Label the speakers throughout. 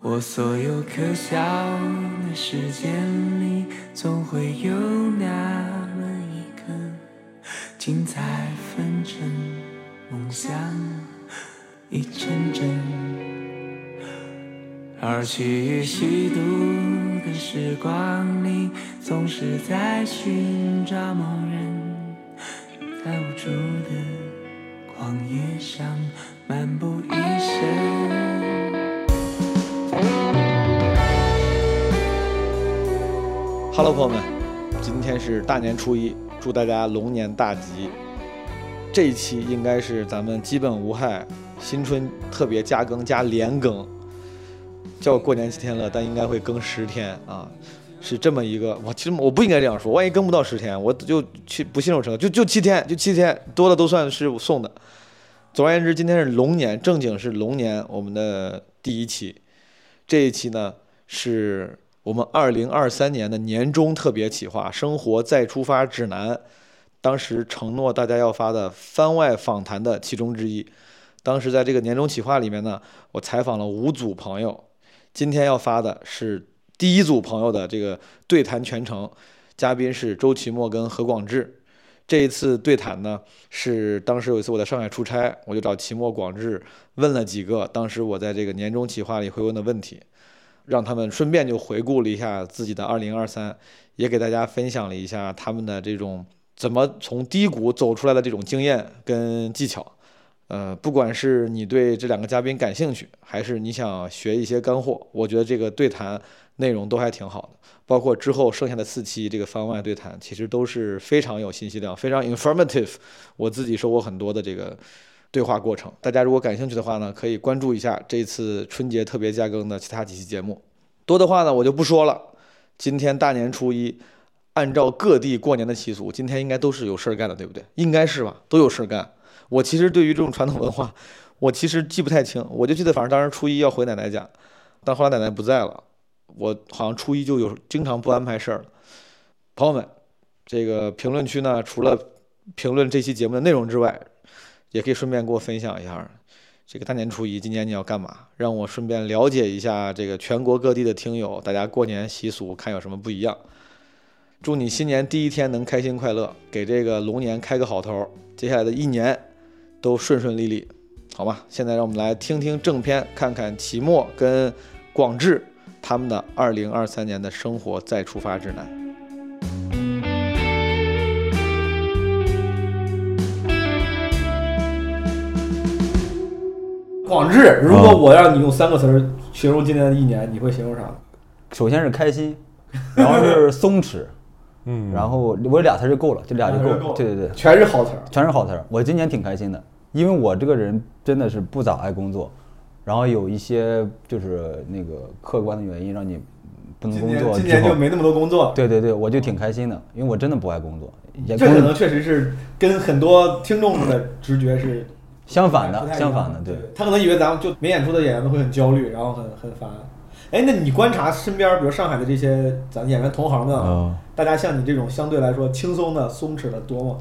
Speaker 1: 我所有可笑的时间里，总会有那么一刻，精彩纷呈，梦想一阵阵。而去与虚度的时光里，总是在寻找某人，在无助的旷野上漫步一生。
Speaker 2: Hello，朋友们，今天是大年初一，祝大家龙年大吉。这一期应该是咱们基本无害新春特别加更加连更，叫过年七天了，但应该会更十天啊，是这么一个。我其实我不应该这样说，万一更不到十天，我就去不信守承诺，就就七天，就七天，多了都算是我送的。总而言之，今天是龙年，正经是龙年，我们的第一期。这一期呢是我们二零二三年的年终特别企划《生活再出发指南》，当时承诺大家要发的番外访谈的其中之一。当时在这个年终企划里面呢，我采访了五组朋友，今天要发的是第一组朋友的这个对谈全程，嘉宾是周奇墨跟何广智。这一次对谈呢，是当时有一次我在上海出差，我就找齐墨、广志问了几个当时我在这个年终企划里会问的问题，让他们顺便就回顾了一下自己的2023，也给大家分享了一下他们的这种怎么从低谷走出来的这种经验跟技巧。呃，不管是你对这两个嘉宾感兴趣，还是你想学一些干货，我觉得这个对谈内容都还挺好的。包括之后剩下的四期这个番外对谈，其实都是非常有信息量，非常 informative。我自己收获很多的这个对话过程。大家如果感兴趣的话呢，可以关注一下这次春节特别加更的其他几期节目。多的话呢，我就不说了。今天大年初一，按照各地过年的习俗，今天应该都是有事儿干的，对不对？应该是吧，都有事儿干。我其实对于这种传统文化，我其实记不太清，我就记得反正当时初一要回奶奶家，但后来奶奶不在了，我好像初一就有经常不安排事儿了。朋友们，这个评论区呢，除了评论这期节目的内容之外，也可以顺便给我分享一下这个大年初一今年你要干嘛，让我顺便了解一下这个全国各地的听友，大家过年习俗看有什么不一样。祝你新年第一天能开心快乐，给这个龙年开个好头，接下来的一年都顺顺利利，好吧？现在让我们来听听正片，看看齐墨跟广志他们的2023年的生活再出发指南。
Speaker 3: 广志，如
Speaker 4: 啊
Speaker 3: 果我让你用三个词儿形容今年的一年，你会形容啥？
Speaker 4: 首先是开心，然后是 松弛，
Speaker 5: 嗯，
Speaker 4: 然后我有俩词儿就够了，这俩就够
Speaker 3: 俩就够
Speaker 4: 了
Speaker 3: 了。
Speaker 4: 对对对，
Speaker 3: 全是好词儿。
Speaker 4: 全是好词儿。我今年挺开心的，因为我这个人真的是不咋爱工作，然后有一些就是那个客观的原因让你不能
Speaker 3: 今
Speaker 4: 工
Speaker 3: 年
Speaker 4: 作
Speaker 3: 今
Speaker 4: 之
Speaker 3: 年就
Speaker 4: 后，
Speaker 3: 没那么多工作，
Speaker 4: 对对对，我就挺开心的，因为我真的不爱工作，也
Speaker 3: 这
Speaker 4: 工
Speaker 3: 可能确实是跟很多听众的直觉是
Speaker 4: 相反
Speaker 3: 不
Speaker 4: 的，
Speaker 3: 太一样
Speaker 4: 相反的，对
Speaker 3: 对。他可能以为咱们就没演出的演员们会很焦虑，然后很很烦。哎，那你观察身边，比如上海的这些咱演员同行们，
Speaker 4: 嗯
Speaker 3: 啊，大家像你这种相对来说轻松的、松弛的多吗？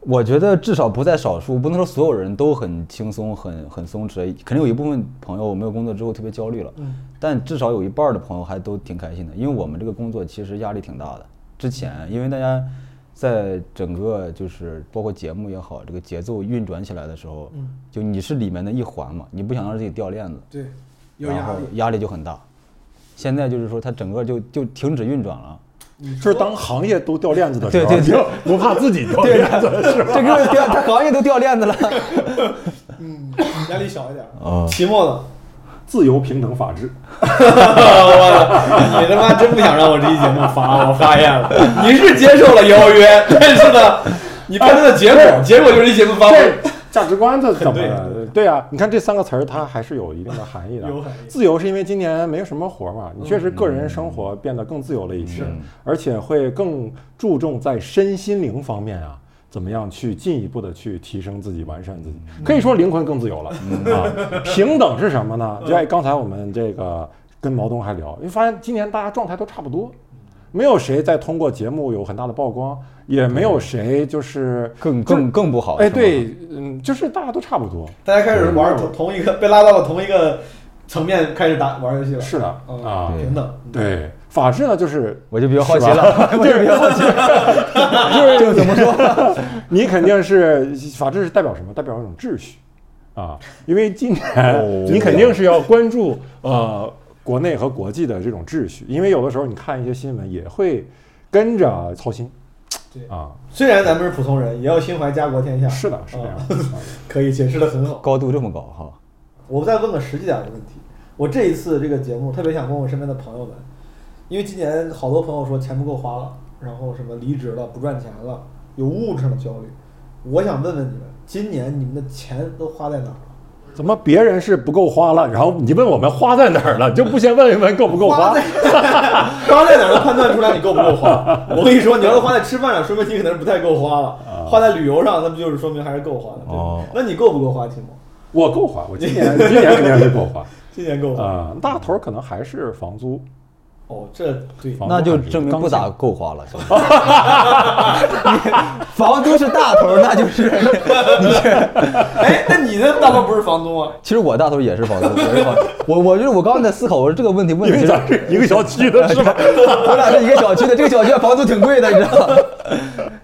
Speaker 4: 我觉得至少不在少数，不能说所有人都很轻松、很很松弛，肯定有一部分朋友没有工作之后特别焦虑了。
Speaker 3: 嗯
Speaker 4: 但至少有一半儿的朋友还都挺开心的，因为我们这个工作其实压力挺大的。之前因为大家在整个就是包括节目也好，这个节奏运转起来的时候，
Speaker 3: 嗯
Speaker 4: 就你是里面的一环嘛，你不想让自己掉链子，
Speaker 3: 对，有
Speaker 4: 然
Speaker 3: 压
Speaker 4: 后
Speaker 3: 力。
Speaker 4: 压力就很大。现在就是说，它整个就就停止运转了。
Speaker 5: 这是当行业都掉链子的时候，
Speaker 4: 对对对
Speaker 5: 你就不怕自己掉链子了是吧？
Speaker 4: 这个掉，它行业都掉链子了。
Speaker 3: 嗯，压力小一点。
Speaker 4: 哦
Speaker 3: 期末呢？
Speaker 5: 自由、平等、法治，
Speaker 3: 你他妈真不想让我这期节目发，我发现了，你是接受了邀约，但是呢，你奔的结果，结果哎就是这节目发
Speaker 5: 这
Speaker 3: 挥。
Speaker 5: 价值观这怎么
Speaker 3: 很对
Speaker 5: 了？对啊，你看这三个词儿，它还是有一定的含义的
Speaker 3: 有含义。嗯
Speaker 5: 自由是因为今年没有什么活儿嘛，你确实个人生活变得更自由了一些，而且会更注重在身心灵方面啊。怎么样去进一步的去提升自己、完善自己？
Speaker 3: 嗯
Speaker 5: 可以说灵魂更自由了啊！平等是什么 呢？就像刚才我们这个跟毛东还聊，你发现今年大家状态都差不多，没有谁再通过节目有很大的曝光，也没有谁就是
Speaker 4: 更更更不好。
Speaker 5: 哎，
Speaker 4: 是吗，
Speaker 5: 对，嗯，就是大家都差不多。
Speaker 3: 大家开始玩同同一个，被拉到了同一个层面开始打玩游戏了，
Speaker 5: 是的
Speaker 3: 嗯
Speaker 5: 啊，
Speaker 4: 对
Speaker 3: 平等，
Speaker 5: 对，法治呢就是
Speaker 4: 我就比较好奇了，我就比 较好奇，就是怎么说？
Speaker 5: 你肯定是法治是代表什么？代表一种秩序啊，因为今
Speaker 4: 哦
Speaker 5: 年 你肯定是要关注呃国内和国际的这种秩序，因为有的时候你看一些新闻也会跟着操心
Speaker 3: 对
Speaker 5: 啊，
Speaker 3: 虽然咱们是普通人，也要心怀家国天下。
Speaker 5: 是的，是这样
Speaker 3: 啊
Speaker 5: 的。
Speaker 3: 可以解释的很好。
Speaker 4: 高度这么高哈，
Speaker 3: 我再问个实际点的问题，我这一次这个节目特别想问我身边的朋友们，因为今年好多朋友说钱不够花了，然后什么离职了、不赚钱了，有物质上的焦虑。我想问问你们，今年你们的钱都花在哪儿了？
Speaker 5: 怎么别人是不够花了，然后你问我们花在哪儿了，你就不先问一问够不够花
Speaker 3: 花在花在哪儿能判断出来你够不够花。我跟你说，你要是花在吃饭上，说明你可能是不太够花了；花在旅游上，那不就是说明还是够花的？对吧
Speaker 4: 哦
Speaker 3: 那你够不够花，提莫？
Speaker 5: 我够花， 我今年今年肯定是够花
Speaker 3: 今年够花？
Speaker 5: 啊、大头儿可能还是房租，
Speaker 3: 哦，这对
Speaker 5: 房租
Speaker 4: 那就
Speaker 5: 还是
Speaker 4: 证明
Speaker 5: 刚
Speaker 4: 不咋
Speaker 5: 性
Speaker 4: 够花了。就是你 房租是大头，那就是 你这。
Speaker 3: 哎，那你的大头不是房东啊？
Speaker 4: 其实我大头也是房租，我是房租。我我就是我刚刚在思考，我说这个问题问
Speaker 5: 因
Speaker 4: 的
Speaker 5: 为
Speaker 4: 其实
Speaker 5: 咱是一个小区的，是吧？
Speaker 4: 我俩是一个小区的，这个小区房租挺贵的，你知道吗？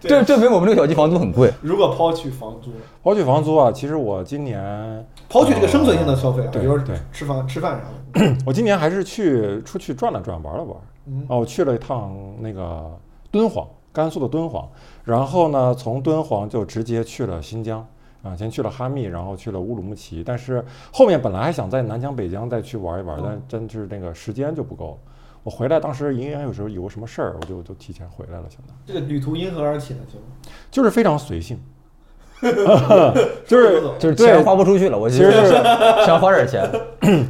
Speaker 4: 这证明我们这个小区房租很贵。
Speaker 3: 如果抛去房租，
Speaker 5: 刨去房租啊，其实我今年
Speaker 3: 抛去这个生存性的消费啊，
Speaker 5: 对
Speaker 3: 比如说
Speaker 5: 对
Speaker 3: 吃饭、吃饭啥的，
Speaker 5: 我今年还是去出去转了转，玩了玩。
Speaker 3: 嗯
Speaker 5: 哦，我去了一趟那个敦煌，甘肃的敦煌。然后呢，从敦煌就直接去了新疆啊，先去了哈密，然后去了乌鲁木齐。但是后面本来还想在南疆、北疆再去玩一玩，但真是那个时间就不够了。我回来当时应该有时候有个什么事儿，我就就提前回来了，相当于
Speaker 3: 这个旅途因何而起呢？请问
Speaker 5: 就是非常随性，就是
Speaker 4: 就是
Speaker 5: 对
Speaker 4: 钱花不出去了，我
Speaker 5: 其实就是
Speaker 4: 想花点钱。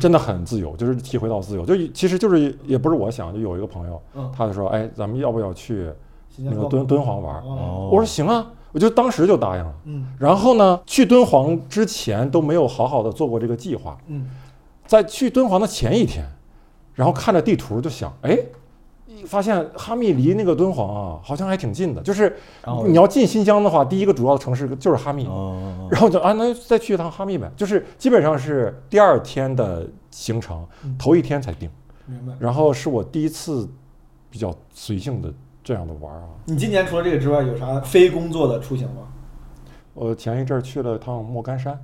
Speaker 5: 真的很自由，就是体会到自由。就其实就是也不是我想，就有一个朋友，
Speaker 3: 嗯
Speaker 5: 他就说，哎，咱们要不要去
Speaker 3: 新
Speaker 5: 那
Speaker 3: 疆
Speaker 5: 个
Speaker 3: 逛
Speaker 5: 敦敦煌玩儿？
Speaker 3: 哦，
Speaker 5: 我说行啊，我就当时就答应了。
Speaker 3: 嗯
Speaker 5: 然后呢，去敦煌之前都没有好好的做过这个计划，
Speaker 3: 嗯，
Speaker 5: 在去敦煌的前一天，然后看着地图就想，哎，发现哈密离那个敦煌啊，好像还挺近的。就是
Speaker 4: 然后
Speaker 5: 你要进新疆的话，第一个主要的城市就是哈密。
Speaker 4: 哦，
Speaker 5: 然后就啊，那就再去一趟哈密呗，就是基本上是第二天的行程，
Speaker 4: 嗯
Speaker 5: 头一天才定。
Speaker 3: 明白。
Speaker 5: 然后是我第一次比较随性的这样的玩儿啊。
Speaker 3: 你今年除了这个之外，有啥非工作的出行吗？
Speaker 5: 我呃前一阵儿去了趟莫干山，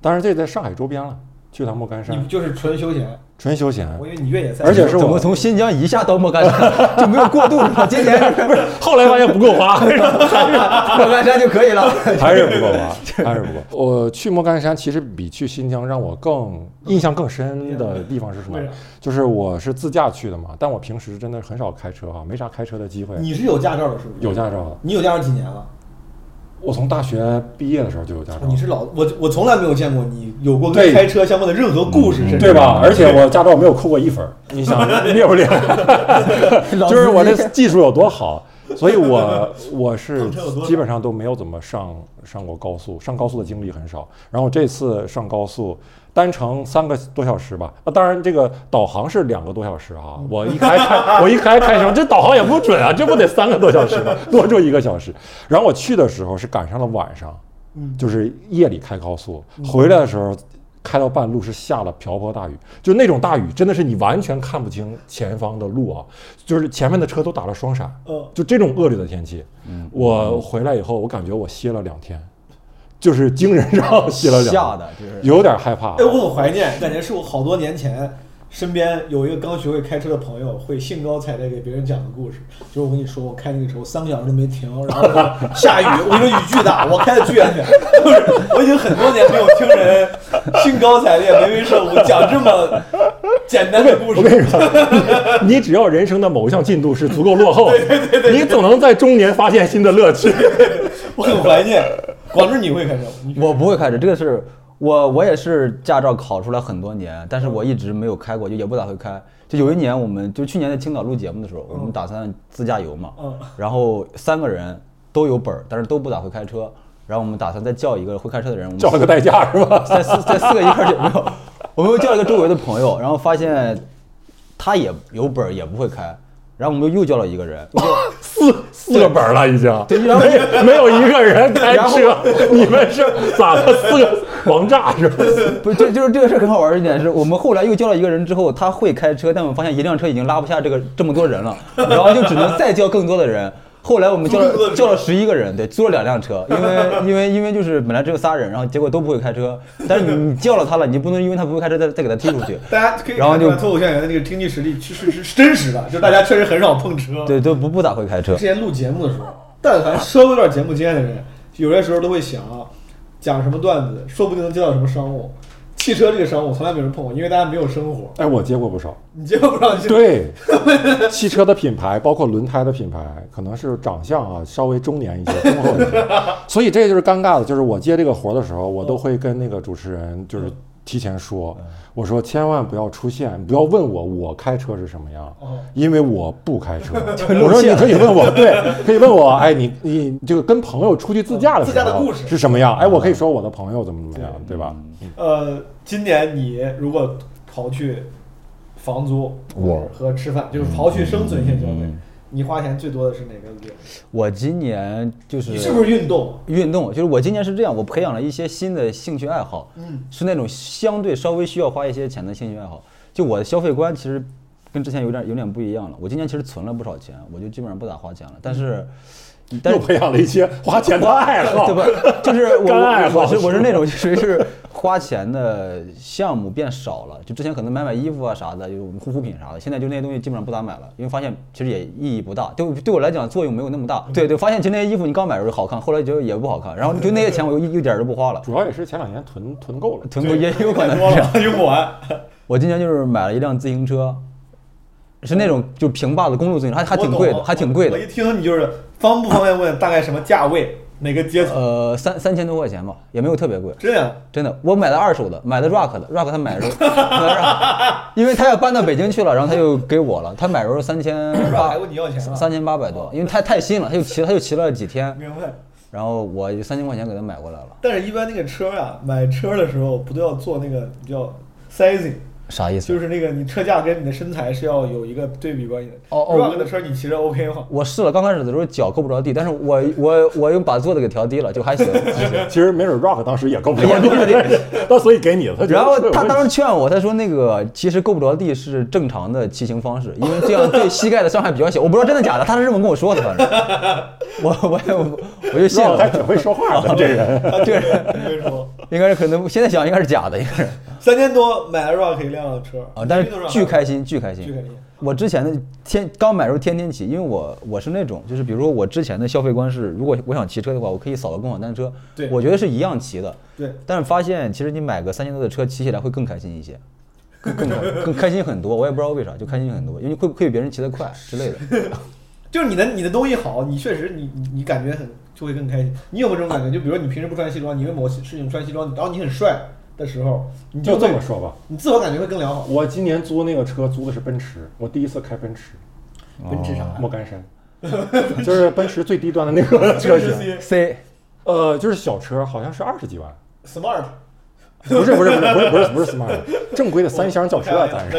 Speaker 5: 当然这在上海周边了，去趟莫干
Speaker 3: 你
Speaker 5: 山
Speaker 3: 就是纯休闲，
Speaker 5: 纯休闲。
Speaker 3: 我以为你越野赛，
Speaker 5: 嗯而且是
Speaker 4: 怎
Speaker 5: 我
Speaker 4: 么从新疆一下到莫干山就没有过渡是吧？今年不是
Speaker 5: 后来发现不够 花，
Speaker 4: 莫干山就可以了。
Speaker 5: 还是不够花，还是不够。我去莫干山，其实比去新疆让我更印象更深的地方是什么
Speaker 3: 为啥？
Speaker 5: 就是我是自驾去的嘛，但我平时真的很少开车啊，没啥开车的机会。
Speaker 3: 你是有驾照的，是不是？
Speaker 5: 有，驾照的，
Speaker 3: 你有驾照几年了？
Speaker 5: 我从大学毕业的时候就有驾照，
Speaker 3: 你是老我我从来没有见过你有过跟
Speaker 5: 对嗯
Speaker 3: 开车相关的任何故事，甚至
Speaker 5: 对？吧？而且我驾照没有扣过一分儿，你想厉不厉害？
Speaker 4: 老
Speaker 5: 就是我
Speaker 4: 司
Speaker 5: 这
Speaker 4: 机
Speaker 5: 技术有多好，所以我我是
Speaker 3: 碰车有多少
Speaker 5: 基本上都没有怎么上上过高速，上高速的经历很少。然后这次上高速。单程三个多小时吧，那当然这个导航是两个多小时啊。我一开开，我一开开什么？这导航也不准啊，这不得三个多小时吗？多住一个小时。然后我去的时候是赶上了晚上，就是夜里开高速，回来的时候开到半路是下了瓢泼大雨，就那种大雨真的是你完全看不清前方的路啊，就是前面的车都打了双闪
Speaker 3: 嗯，
Speaker 5: 就这种恶劣的天气，我回来以后我感觉我歇了两天，就是精神上歇了两
Speaker 4: 吓
Speaker 5: 天，
Speaker 4: 的，就是
Speaker 5: 有点害怕啊
Speaker 3: 哎，。我很怀念，感觉是我好多年前身边有一个刚学会开车的朋友，会兴高采烈给别人讲的故事。就是我跟你说，我开那个车，我三个小时都没停，然后下雨，我跟你说雨巨大，我开的巨安全。就是我已经很多年没有听人兴高采烈、眉飞色舞讲这么简单的故
Speaker 5: 我跟
Speaker 3: 事。
Speaker 5: 你说， 你你只要人生的某一项进度是足够落后，你总能在中年发现新的乐趣。
Speaker 3: 我很怀念。广志，你会开车吗？你
Speaker 4: 我不会开车，这个是我我也是驾照考出来很多年，但是我一直没有开过，就也不咋会开。就有一年，我们就去年在青岛录节目的时候，我们打算自驾游嘛
Speaker 3: 嗯，
Speaker 4: 然后三个人都有本儿，但是都不咋会开车。然后我们打算再叫一个会开车的人，我们
Speaker 5: 叫了个代驾是吧？
Speaker 4: 在四在四个一块儿去，没有，我们又叫了一个周围的朋友，然后发现他也有本儿，也不会开，然后我们又又叫了一个人，
Speaker 5: 四四个本儿了已经，
Speaker 4: 然后
Speaker 5: 没没有一个人开车，你们是咋的？四个 王炸是吧？
Speaker 4: 不，就就是这个事儿很好玩儿一点是，我们后来又叫了一个人之后，他会开车，但我们发现一辆车已经拉不下这个这么多人 了，然后就只能再叫更多的人。后来我们叫了叫了十一个人，对，租了两辆车，因为因为 因为就是本来只有仨人，然后结果都不会开车，但是你你叫了他了，你不能因为他不会开车再再给他踢出 去。
Speaker 3: 大家可以
Speaker 4: 然后
Speaker 3: 看出来
Speaker 4: 就
Speaker 3: 脱口秀演员的这个经济实力是是是是真实的，就大家确实很少碰车。
Speaker 4: 对，都不不咋会开车
Speaker 3: 之。前录节目的时候，但凡稍微有点节目经验的人，有些时候都会想，啊讲什么段子，说不定能接到什么商务。汽车这个商务从来没有人碰过，因为大家没有生活。
Speaker 5: 哎，我接过不少。
Speaker 3: 你接不 上去，
Speaker 5: 对，汽车的品牌，包括轮胎的品牌，可能是长相啊稍微中年一些、中厚一些，所以这就是尴尬的，就是我接这个活儿的时候，我都会跟那个主持人就是提前说，
Speaker 3: 嗯
Speaker 5: 我说千万不要出现，不要问我我开车是什么样
Speaker 3: 哦，
Speaker 5: 因为我不 开车。我说你可以问我，对，可以问我，哎，你你这个跟朋友出去自驾的
Speaker 3: 自
Speaker 5: 时
Speaker 3: 驾的
Speaker 5: 候
Speaker 3: 故事嗯
Speaker 5: 是什么样？哎，我可以说我的朋友怎么怎么样，对吧？
Speaker 3: 呃，今年你如果刨去房租
Speaker 4: 我嗯
Speaker 3: 和吃饭，就是刨去生存性消费，你花钱最多的是哪个旅游？
Speaker 4: 我今年就是
Speaker 3: 你是不是运动？
Speaker 4: 运动，就是我今年是这样，我培养了一些新的兴趣爱好，
Speaker 3: 嗯，
Speaker 4: 是那种相对稍微需要花一些钱的兴趣爱好。就我的消费观其实跟之前有点有点不一样了，我今年其实存了不少钱，我就基本上不咋花钱了。但是，但
Speaker 5: 又
Speaker 4: 是
Speaker 5: 培养了一些花钱的爱 好，
Speaker 4: 对吧？ 就是我
Speaker 5: 干爱
Speaker 4: 我
Speaker 5: 好
Speaker 4: 我是我是
Speaker 5: 是
Speaker 4: 那种就是 是花钱的项目变少了，就之前可能买买衣服啊啥的，就是护肤品啥的，现在就那些东西基本上不咋买了，因为发现其实也意义不大，对对我来讲作用没有那么大。对对，发现其实那些衣服你刚买的时候好看，后来觉得也不好看，然后就那些钱我又一一点儿都不花了，
Speaker 5: 主要也是前两年囤囤够了。
Speaker 4: 囤过也有可能
Speaker 3: 太
Speaker 4: 是
Speaker 3: 多
Speaker 4: 这样。
Speaker 3: 了，用不 完。
Speaker 4: 我今年就是买了一辆自行车，是那种就平坝的公路自行车，还还挺贵
Speaker 3: 我
Speaker 4: 的，
Speaker 3: 懂
Speaker 4: 还挺贵的
Speaker 3: 我一，听你就是方不方便问大概什么价位，哪个阶层？
Speaker 4: 呃，三三千多块钱吧，也没有特别贵。
Speaker 3: 这样，
Speaker 4: 真的，我买的二手的，买的 Rock 的，Rock 他买的时候，买的 Rock 因为他要搬到北京去了，然后他就给我了，他买的时候三千八
Speaker 3: 还问你要钱了，
Speaker 4: 三千八百多，因为太太新了，他就骑他就骑了几天，
Speaker 3: 明白。
Speaker 4: 然后我就三千块钱给他买过来了，
Speaker 3: 但是，一般那个车啊，买车的时候不都要做那个叫 sizing，
Speaker 4: 啥意思？
Speaker 3: 就是那个你车架跟你的身材是要有一个对比关系的。
Speaker 4: 哦哦
Speaker 3: Rock 的车你骑着 OK 吗？
Speaker 4: 我试了，刚开始的时候脚够不着地，但是我我我又把座子给调低了，就还行。还 行
Speaker 5: 其实没准 Rock 当时也够不
Speaker 4: 也
Speaker 5: 着
Speaker 4: 够不着地
Speaker 5: 地，那所以给你了。他觉得
Speaker 4: 然后
Speaker 5: 这有
Speaker 4: 他
Speaker 5: 问
Speaker 4: 当
Speaker 5: 题
Speaker 4: 时劝我，他说那个其实够不着地是正常的骑行方式，因为这样对膝盖的伤害比较小。我不知道真的假的，他是这么跟我说的，反正我我我我就信
Speaker 5: Rock 还
Speaker 4: 了。
Speaker 5: 挺会说话的这人。
Speaker 4: 这人
Speaker 3: 你别说，
Speaker 4: 应该是可能现在想应该是假的，应 该是
Speaker 3: 三千多买了 Rock 一辆车
Speaker 4: 啊，但是
Speaker 3: 你骑
Speaker 4: 巨
Speaker 3: Rock
Speaker 4: 开心，巨开
Speaker 3: 巨
Speaker 4: 心
Speaker 3: 开心。
Speaker 4: 我之前的天刚买的时候天天骑，因为我我是那种就是比如说我之前的消费观是，如果我想骑车的话，我可以扫个共享单车，
Speaker 3: 对
Speaker 4: 我觉得是一样骑的。
Speaker 3: 对，
Speaker 4: 但是发现其实你买个三千多的车，骑起来会更开心一些，更更更更开心很多。我也不知道为啥，就开心很多，因为会会比别人骑得快之类的。
Speaker 3: 就是你的你的东西好，你确实你你你感觉很就会更开心。你有没有这种感觉？
Speaker 4: 啊
Speaker 3: 就比如你平时不穿西装，你为某些事情穿西装，然后你很帅的时候，你
Speaker 5: 就这
Speaker 3: 会
Speaker 5: 么，说吧，
Speaker 3: 你自我感觉会更良好。
Speaker 5: 我今年租那个车租的是奔驰，我第一次开奔驰，
Speaker 3: 奔驰啥？
Speaker 5: 莫干山，就是奔驰最低端的那个车型。
Speaker 3: 是
Speaker 4: C
Speaker 5: 呃，就是小车，好像是二十几万，
Speaker 3: smart，
Speaker 5: 不是不是不是不是不是不是 smart，正规的三厢轿车啊，咱是。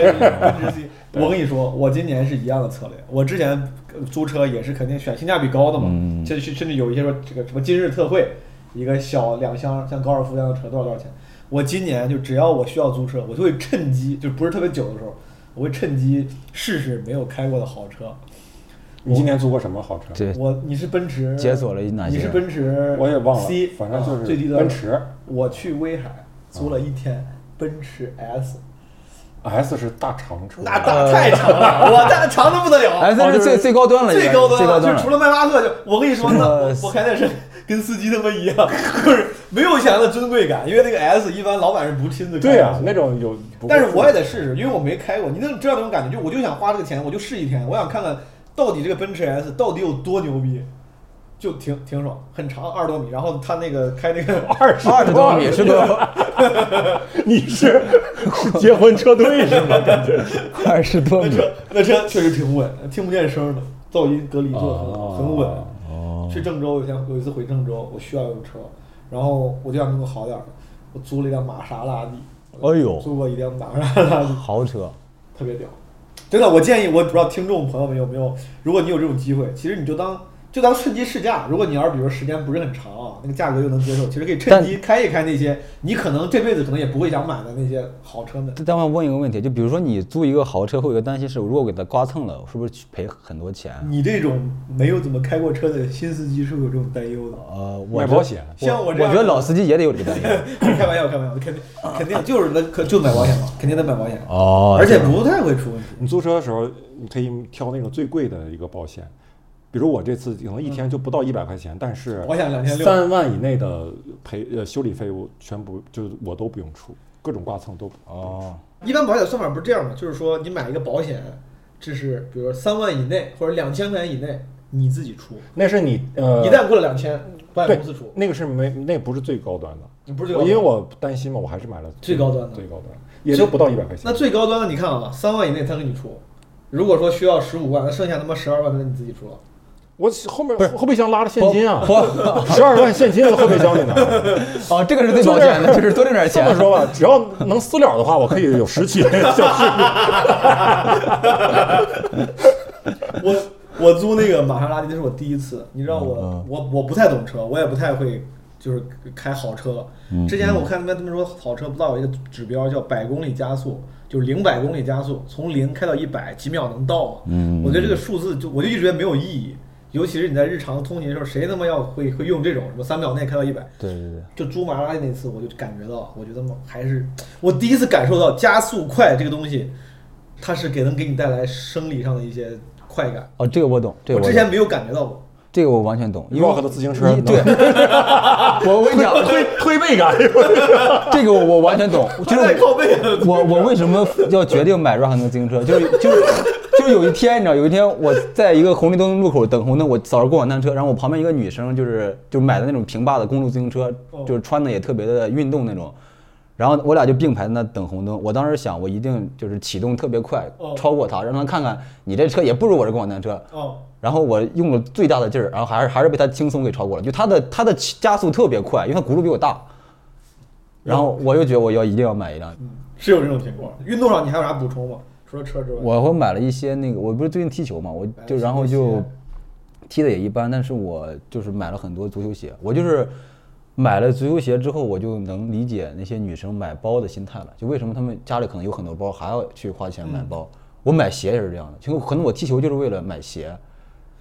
Speaker 3: 是。我跟你说，我今年是一样的策略。我之前租车也是肯定选性价比高的嘛，甚至甚至有一些说这个什么今日特惠，一个小两厢像高尔夫一样的车多少多少钱。我今年就只要我需要租车，我就会趁机，就不是特别久的时候，我会趁机试试没有开过的好车。
Speaker 5: 你今年租过什么好车？
Speaker 4: 对
Speaker 3: 我你是奔驰，
Speaker 4: 解锁了哪些
Speaker 3: 你是奔驰，
Speaker 5: 我也忘了
Speaker 3: C，，
Speaker 5: 反正就是
Speaker 3: 最低端
Speaker 5: 奔。驰
Speaker 3: 我去威海租了一天奔驰 S，
Speaker 5: S 是大长车，
Speaker 3: 那大太长了，我大长的不得了。
Speaker 4: S 呃哎是最最高端
Speaker 3: 哦
Speaker 4: 了，呃
Speaker 3: 最
Speaker 4: 应该
Speaker 3: 高
Speaker 4: 最高
Speaker 3: 端
Speaker 4: 端
Speaker 3: 了，就除了迈巴赫，就我跟你说，那我我开那车跟司机他妈一样， 就是没有钱的尊贵感，因为那个 S 一般老板是不亲自开的。
Speaker 5: 对啊，那种有。不
Speaker 3: 但是我也得试试，因为我没开过，你能知道那种感觉？就我就想花这个钱，我就试一天，我想看看到底这个奔驰 S 到底有多牛逼，就挺挺爽，很长二十多米，然后它那个开那个
Speaker 5: 二十
Speaker 4: 二十 多米是个
Speaker 5: 你是结婚车队是吗？感觉
Speaker 4: 二十多
Speaker 3: 那
Speaker 4: 米，
Speaker 3: 车那车确实挺稳，听不见声儿的，噪音隔离做得很
Speaker 5: 哦
Speaker 3: 很稳。
Speaker 4: 哦
Speaker 3: 去郑州有一天有一次回郑州，我需要用车，然后我就想弄个好点儿的，我租了一辆玛莎拉蒂，
Speaker 4: 哎呦，
Speaker 3: 租过一辆玛莎拉蒂，
Speaker 4: 豪车，
Speaker 3: 特别屌，真的，我建议我不知道听众朋友们有没有，如果你有这种机会，其实你就当就当趁机试驾。如果你要是比如时间不是很长啊，那个价格又能接受，其实可以趁
Speaker 4: 但
Speaker 3: 机开一开那些你可能这辈子可能也不会想买的那些豪车们。
Speaker 4: 但我问一个问题，就比如说你租一个豪车，会有个担心是，如果给它刮蹭了，是不是去赔很多钱？
Speaker 3: 你这种没有怎么开过车的新司机是有这种担忧的。
Speaker 4: 呃，我
Speaker 5: 买
Speaker 4: 觉得
Speaker 5: 保险，
Speaker 3: 像
Speaker 4: 我
Speaker 3: 这样，
Speaker 4: 觉得老司机也得有这个担心。
Speaker 3: 开玩笑，开玩笑，肯定肯定啊就是那可嗯就买保险嘛，肯定得买保险，
Speaker 4: 哦
Speaker 3: 而且不太会出问题。
Speaker 5: 你租车的时候，你可以挑那种最贵的一个保险，比如我这次可能一天就不到一百块钱，但是
Speaker 3: 我想2600
Speaker 5: 三万以内的赔呃修理费我全部就是我都不用出，各种刮蹭都不
Speaker 4: 哦，
Speaker 3: 一般保险算法不是这样的，就是说你买一个保险，这是比如三万以内或者两千块钱以内你自己出，
Speaker 5: 那是你呃
Speaker 3: 一旦过了两千，保险
Speaker 5: 对
Speaker 3: 公司出，
Speaker 5: 那个是没那不是最高端的，
Speaker 3: 你不是最
Speaker 5: 我
Speaker 3: 高
Speaker 5: 因
Speaker 3: 端
Speaker 5: 为我担心嘛，我还是买了
Speaker 3: 最高端的
Speaker 5: 最高端也就不到一百块钱。
Speaker 3: 那最高端的你看啊，三万以内他给你出，如果说需要十五万，那剩下他妈十二万的你自己出了。
Speaker 5: 我后面后备箱拉着现金啊，十二万现金在后备箱 里呢。
Speaker 4: 哦，这个是最保险的，就是多挣点
Speaker 5: 哎这
Speaker 4: 钱。
Speaker 5: 么说吧，只要能私了的话，我可以有十期
Speaker 3: 我我租那个玛莎拉蒂，这是我第一次。你知道我、
Speaker 4: 嗯
Speaker 3: 我我不太懂车，我也不太会就是开好车。
Speaker 4: 嗯
Speaker 3: 之前我看他们他们说好车不到有一个指标叫百公里加速，就是零百公里加速，从零开到一百几秒能到嘛？
Speaker 4: 嗯
Speaker 3: 我觉得这个数字就我就一直觉得没有意义，尤其是你在日常通勤的时候，谁他妈要会会用这种什么三秒内开到一百？
Speaker 4: 对对对，
Speaker 3: 就租玛莎拉蒂那次，我就感觉到，我觉得嘛，还是我第一次感受到加速快这个东西，它是给能给你带来生理上的一些快感。
Speaker 4: 哦，这个我懂，这
Speaker 3: 我
Speaker 4: 个我
Speaker 3: 之
Speaker 4: 懂
Speaker 3: 前没有感觉到过。
Speaker 4: 这个我完全懂，因为
Speaker 5: Rock 的自行车
Speaker 4: 你对， 我我跟你讲，
Speaker 5: 推推背感。
Speaker 4: 这个我我完全懂，就是
Speaker 3: 太靠 背了
Speaker 4: 我我为什么要决定买 Rock 的自行车，就是就是就是有一天你知道，有一天我在一个红绿灯路口等红灯，我扫着共享单车，然后我旁边一个女生就是就买的那种平坝的公路自行车，就是穿的也特别的运动那种。然后我俩就并排在那等红灯，我当时想，我一定就是启动特别快
Speaker 3: 哦，
Speaker 4: 超过她，让她看看你这车也不如我这共享单车。
Speaker 3: 哦，
Speaker 4: 然后我用了最大的劲儿，然后还是还是被他轻松给超过了。就他的他的加速特别快，因为他轱辘比我大。然后我就觉得我要一定要买一辆，
Speaker 3: 是有这种情况。运动上你还有啥补充吗？除了车之外，
Speaker 4: 我会买了一些那个，我不是最近踢球嘛，我就然后
Speaker 3: 哎买了足球
Speaker 4: 就
Speaker 3: 鞋
Speaker 4: 踢的也一般，但是我就是买了很多足球
Speaker 3: 嗯
Speaker 4: 鞋。我就是买了足球鞋之后，我就能理解那些女生买包的心态了，就为什么她们家里可能有很多包，还要去花钱买
Speaker 3: 嗯
Speaker 4: 包。我买鞋也是这样的，就可能我踢球就是为了买鞋，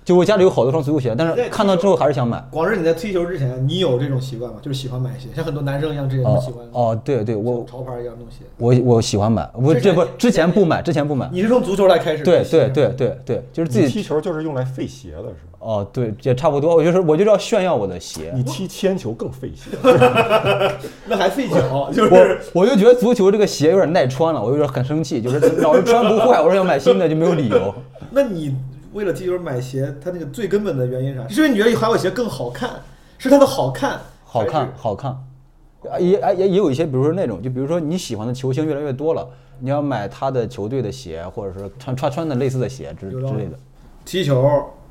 Speaker 4: 就我家里有好多双足球鞋，但
Speaker 3: 对
Speaker 4: 是看到之后还是想买。
Speaker 3: 广志，你在踢球之前，你有这种习惯吗？就是喜欢买鞋，像很多男生一样，之前都
Speaker 4: 哦
Speaker 3: 喜欢
Speaker 4: 哦，对对，
Speaker 3: 像
Speaker 4: 我
Speaker 3: 潮牌一样弄鞋。
Speaker 4: 我我喜欢买，不
Speaker 3: 之前
Speaker 4: 这不
Speaker 3: 你
Speaker 4: 之前不买，之前不买，
Speaker 3: 你是从足球来开始？
Speaker 4: 对对对。对对，就是自
Speaker 5: 你
Speaker 4: 己
Speaker 5: 踢球就是用来费鞋的是吧？
Speaker 4: 哦对也差不多，我就是我就是要炫耀我的鞋，
Speaker 5: 你踢铅球更费鞋。
Speaker 3: 那还费脚， 就是
Speaker 4: 我我就觉得足球这个鞋有点耐穿了，我有点很生气，就是老是穿不坏，我说要买新的就没有理由。
Speaker 3: 那你为了踢球买鞋，它那个最根本的原因是啥？是因为你觉得还有鞋更好看，是它的好看，
Speaker 4: 好
Speaker 3: 还
Speaker 4: 看
Speaker 3: 是，
Speaker 4: 好看，啊也啊也也有一些，比如说那种，就比如说你喜欢的球星越来越多了，你要买他的球队的鞋，或者是穿穿穿的类似的鞋之
Speaker 3: 有道
Speaker 4: 之
Speaker 3: 理
Speaker 4: 类的。
Speaker 3: 踢球、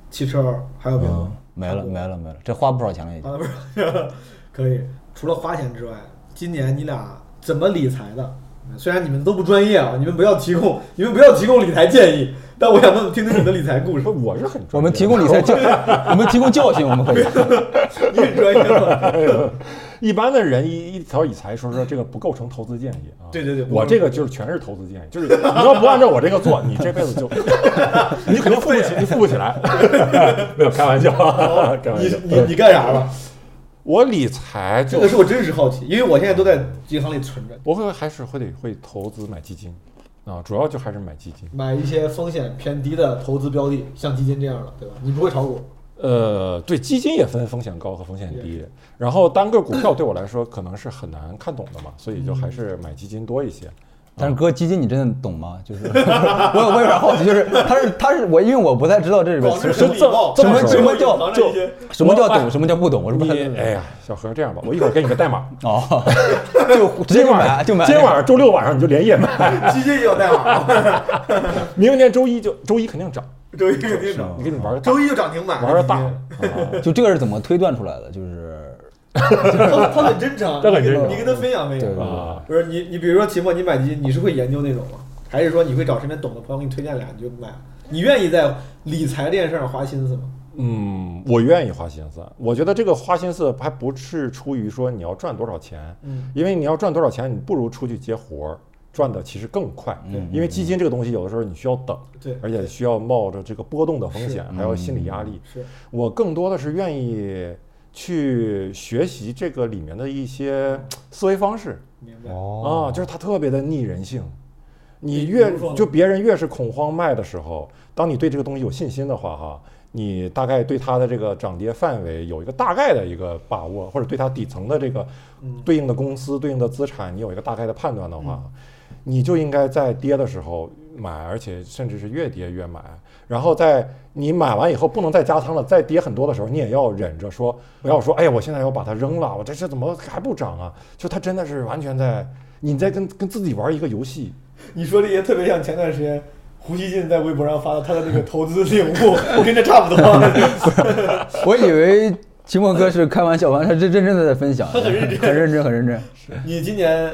Speaker 3: 骑车还有别的
Speaker 4: 嗯
Speaker 3: 吗？，
Speaker 4: 没了没了没了，这花不少钱了已经。
Speaker 3: 啊，不是， 可以。除了花钱之外，今年你俩怎么理财的？虽然你们都不专业啊，你们不要提供，你们不要提供理财建议，但我想问听听你的理财故事
Speaker 5: 不，。我是很专业的
Speaker 4: 我们提供理财教，我们提供教训，我们可以。
Speaker 3: 你很专业吗？
Speaker 5: 一般的人一一条理财，说说这个不构成投资建议啊。
Speaker 3: 对对对不构
Speaker 5: 我
Speaker 3: 成
Speaker 5: 这个就是全是投资建议，就是你要不按照我这个做，你这辈 子就你肯定付不起，你付不起来。 没有开玩笑， 开玩
Speaker 3: 哦你
Speaker 5: 笑。
Speaker 3: 你你干啥了？
Speaker 5: 我理财
Speaker 3: 这
Speaker 5: 就
Speaker 3: 个是我真实好奇，因为我现在都在银行里存着，
Speaker 5: 我会还是会得会投资买基金啊，主要就还是买基金。
Speaker 3: 买一些风险偏低的投资标的，像基金这样的，对吧？你不会炒股，
Speaker 5: 呃，对，基金也分风险高和风险低，然后单个股票对我来说可能是很难看懂的嘛，所以就还是买基金多一些。
Speaker 4: 但是哥，基金你真的懂吗？就是 我有我有点好奇，就是他是他是我，因为我不太知道这里边
Speaker 3: 搞
Speaker 4: 什
Speaker 3: 这
Speaker 4: 么
Speaker 3: 是
Speaker 4: 什么
Speaker 5: 这
Speaker 4: 什么叫
Speaker 3: 就
Speaker 4: 什么叫
Speaker 5: 我
Speaker 4: 懂，什么叫不懂，我是不
Speaker 5: 你
Speaker 4: 太懂
Speaker 5: 哎呀，小何这样吧，我一会儿给你个代码，
Speaker 4: 哦， 就 直接
Speaker 5: 今
Speaker 4: 就
Speaker 5: 晚
Speaker 4: 买就买。
Speaker 5: 今晚周六晚上你就连 夜买，
Speaker 3: 基金也有代码，
Speaker 5: 明天周一就周一肯定涨，
Speaker 3: 周一肯定涨，
Speaker 5: 你给你玩个大
Speaker 3: 周一就涨停板，
Speaker 5: 啊玩个大，
Speaker 3: 今天
Speaker 5: 啊
Speaker 4: 就 这个是怎么推断出来的？就是
Speaker 3: 他他很真诚，啊
Speaker 5: 他很
Speaker 3: 你跟
Speaker 5: 真诚
Speaker 3: 你跟他分享没有
Speaker 4: 对？
Speaker 5: 啊，
Speaker 3: 不是你，你比如说秦墨，你买基金，你是会研究那种吗？还是说你会找身边懂的朋友给你推荐俩你就买？你愿意在理财这件事上花心思吗？
Speaker 5: 嗯，我愿意花心思。我觉得这个花心思还不是出于说你要赚多少钱，
Speaker 3: 嗯，
Speaker 5: 因为你要赚多少钱，你不如出去接活儿，赚的其实更快。嗯，因为基金这个东西有的时候你需要等，
Speaker 3: 对
Speaker 5: 而且需要冒着这个波动的风险，还有心理压力。
Speaker 3: 是
Speaker 5: 我更多的是愿意去学习这个里面的一些思维方式。
Speaker 3: 明白。
Speaker 5: 啊，就是它特别的逆人性。你越
Speaker 3: 如说呢
Speaker 5: 就别人越是恐慌卖的时候，当你对这个东西有信心的话，哈，你大概对它的这个涨跌范围有一个大概的一个把握，或者对它底层的这个
Speaker 3: 嗯
Speaker 5: 对应的公司、对应的资产，你有一个大概的判断的话，你就应该在跌的时候买，而且甚至是越跌越买。然后在你买完以后不能再加仓了，再跌很多的时候，你也要忍着说，不要说，哎呀，我现在要把它扔了，我这这怎么还不涨啊？就它真的是完全在你在跟跟自己玩一个游戏。
Speaker 3: 你说这些特别像前段时间胡锡进在微博上发的他的那个投资领悟， 我跟这差不多。
Speaker 4: 我以为秦墨哥是开玩笑，完了他认认真的在分享，很认真，很认真，很认真。
Speaker 3: 你今年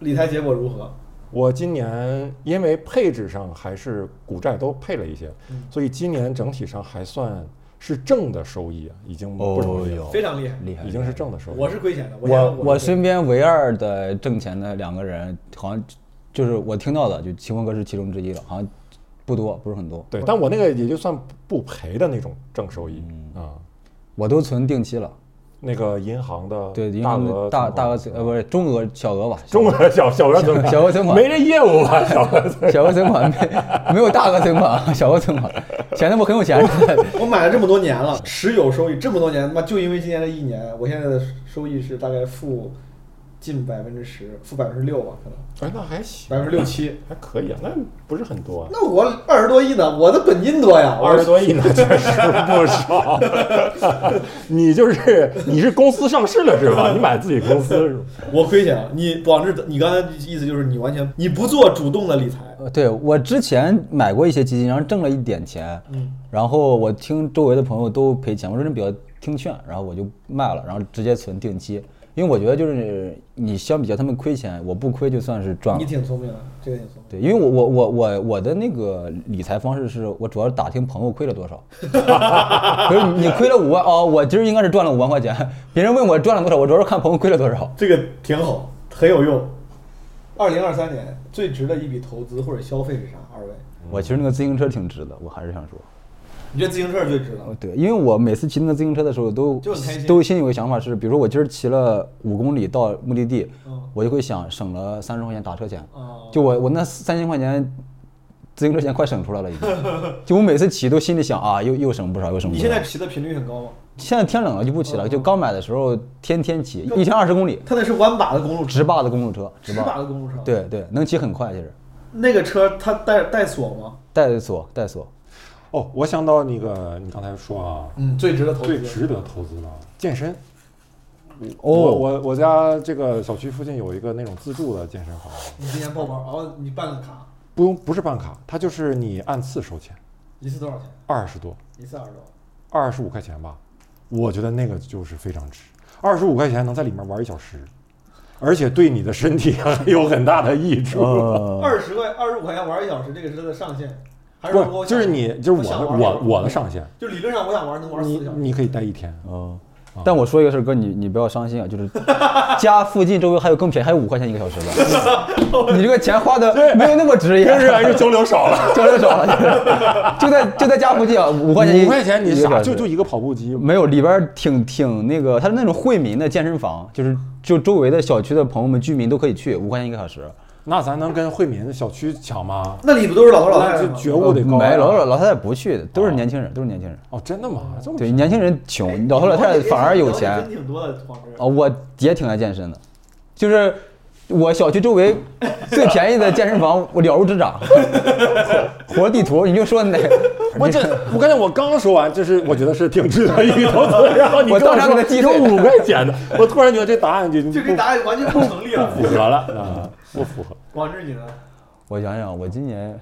Speaker 3: 理财结果如何？
Speaker 5: 我今年因为配置上还是股债都配了一些，所以今年整体上还算是正的收益啊，已经不容易了，
Speaker 4: 哦
Speaker 3: 非常厉害，
Speaker 4: 厉害
Speaker 5: 已经是正的收益。
Speaker 3: 我是亏钱的。
Speaker 4: 我
Speaker 3: 我
Speaker 4: 我身边唯二的挣钱的两个人，好像就是我听到的，就秦风哥是其中之一了，好像不多，不是很多。
Speaker 5: 对，但我那个也就算不赔的那种正收益啊、
Speaker 4: 我都存定期了，
Speaker 5: 那个银行的
Speaker 4: 对，银
Speaker 5: 大
Speaker 4: 行
Speaker 5: 额
Speaker 4: 的大
Speaker 5: 存款
Speaker 4: 大额存呃不是中额小额吧，
Speaker 5: 中国的小小额存款，
Speaker 4: 小额存款
Speaker 5: 没这业务吧？小额存款
Speaker 4: 小额存款没没有大额存款，啊小额存款，显得我很有钱。
Speaker 3: 我买了这么多年了，持有收益这么多年，他妈就因为今年的一年，我现在的收益是大概负近百分之十，负百分之六吧，可能
Speaker 5: 哎，那还行，
Speaker 3: 百分之六七。
Speaker 5: 还可以啊，那不是很多啊。
Speaker 3: 那我二十多亿呢，我的本金多呀，
Speaker 5: 二十多亿呢，确 实不少。 你就是你是公司上市了是 吧？你买自己公司是吧？
Speaker 3: 我亏钱了。你往这，你刚才意思就是你完全你不做主动的理财，
Speaker 4: 呃对我之前买过一些基金，然后挣了一点钱，
Speaker 3: 嗯
Speaker 4: 然后我听周围的朋友都赔钱，我这人比较听劝，然后我就卖了，然后直接存定期，因为我觉得就是你相比较他们亏钱，我不亏就算是赚
Speaker 3: 你
Speaker 4: 了。
Speaker 3: 挺聪明的，这个挺聪明。
Speaker 4: 对，因为我我我我我的那个理财方式是我主要是打听朋友亏了 多少，比如你亏了五万哦，我今儿应该是赚了五万块钱，别人问我赚了多少，我主要是看朋友亏了多少。
Speaker 3: 这个挺好，很有用。二零二三年最值的一笔投资或者消费是啥？二位，
Speaker 4: 我其实那个自行车挺值的，我还是想说。
Speaker 3: 你觉得自行车是最值的？
Speaker 4: 哦，对，因为我每次骑那个自行车的时候都，
Speaker 3: 就很开心
Speaker 4: 都心里有个想法是，比如说我今儿骑了五公里到目的地，
Speaker 3: 嗯
Speaker 4: 我就会想省了三十块钱打车钱，
Speaker 3: 哦
Speaker 4: 就我我那三千块钱自行车钱快省出来了已经，就我每次骑都心里想啊，又又省不少，又省不
Speaker 3: 你
Speaker 4: 少。
Speaker 3: 现在骑嗯的频率很高吗？
Speaker 4: 现在天冷了就不骑了，就刚买的时候天天骑，一天二十公里，
Speaker 3: 它那是弯把的公路车，
Speaker 4: 直把的公路车，
Speaker 3: 直
Speaker 4: 把，
Speaker 3: 把的公路车。，
Speaker 4: 对对，能骑很快其实，
Speaker 3: 那个车它带带锁吗？
Speaker 4: 带锁带锁，
Speaker 5: 哦，我想到那个你刚才说啊，
Speaker 3: 嗯，最值的投
Speaker 5: 最
Speaker 3: 资。
Speaker 5: 值得投资的健身。
Speaker 4: 哦
Speaker 5: 我我我家这个小区附近有一个那种自助的健身房，
Speaker 3: 你今年报班，哦，你办个卡，
Speaker 5: 不用不是办卡，它就是你按次收钱，
Speaker 3: 一次多少钱？
Speaker 5: 二十多，
Speaker 3: 一次二十多。
Speaker 5: 二十五块钱吧，我觉得那个就是非常值，二十五块钱能在里面玩一小时，而且对你的身体有很大的益处。
Speaker 4: 呃，
Speaker 3: 二十块，二十五块钱玩一小时，这个是它的上限，还是说
Speaker 5: 不，
Speaker 3: 我
Speaker 5: 就是
Speaker 3: 想
Speaker 5: 你，就是我
Speaker 3: 想
Speaker 5: 的，
Speaker 3: 玩两
Speaker 5: 我
Speaker 3: 个
Speaker 5: 我的上限，
Speaker 3: 就理论上我想嗯玩能玩四
Speaker 5: 你
Speaker 3: 个小时。
Speaker 5: 你可以待一天。
Speaker 4: 哦，
Speaker 5: 啊
Speaker 4: 但我说一个事儿，哥，你你不要伤心啊，就是 家附近周围还有更便宜，还有五块钱一个小时 的，你这个钱花的没有那么值也，
Speaker 5: 平时还是交流 少了，
Speaker 4: 交流少了，就是就在就在家附近啊，五块钱一
Speaker 5: 五块钱你
Speaker 4: 一个
Speaker 5: 傻，
Speaker 4: 小时
Speaker 5: 就就一个跑步机，
Speaker 3: 嗯
Speaker 4: 没有里边儿挺挺那个，它是那种惠民的健身房，就是就周围的小区的朋友们居民都可以去，五块钱一个小时，
Speaker 5: 那咱能跟惠民小区抢吗？
Speaker 3: 那里不都是老头老太
Speaker 5: 那
Speaker 3: 太
Speaker 5: 就
Speaker 3: 吗？
Speaker 5: 觉悟得高啊
Speaker 4: 没
Speaker 5: 呀。
Speaker 4: 老老老太太不去，都是年轻人，都是年轻人，
Speaker 5: 哦，真的吗？这么
Speaker 4: 对，年轻人穷，老头老太太反而有钱
Speaker 3: 了解。真挺多的，黄志。
Speaker 4: 啊，我也挺爱健身的，就是我小区周围最便宜的健身房，我了如指掌。活地图，你就说哪？
Speaker 5: 我这，我刚才我刚说完，就是我觉得是挺值 得一投资。然后你
Speaker 4: 我
Speaker 5: 跟
Speaker 4: 当场
Speaker 5: 说
Speaker 4: 给他击
Speaker 5: 有
Speaker 4: 碎
Speaker 5: 五块钱的，我突然觉得这答案就
Speaker 3: 就这答案完全不成立了
Speaker 5: 不。符合了啊，不符合。
Speaker 3: 广志，你呢？
Speaker 4: 我想想，我今年，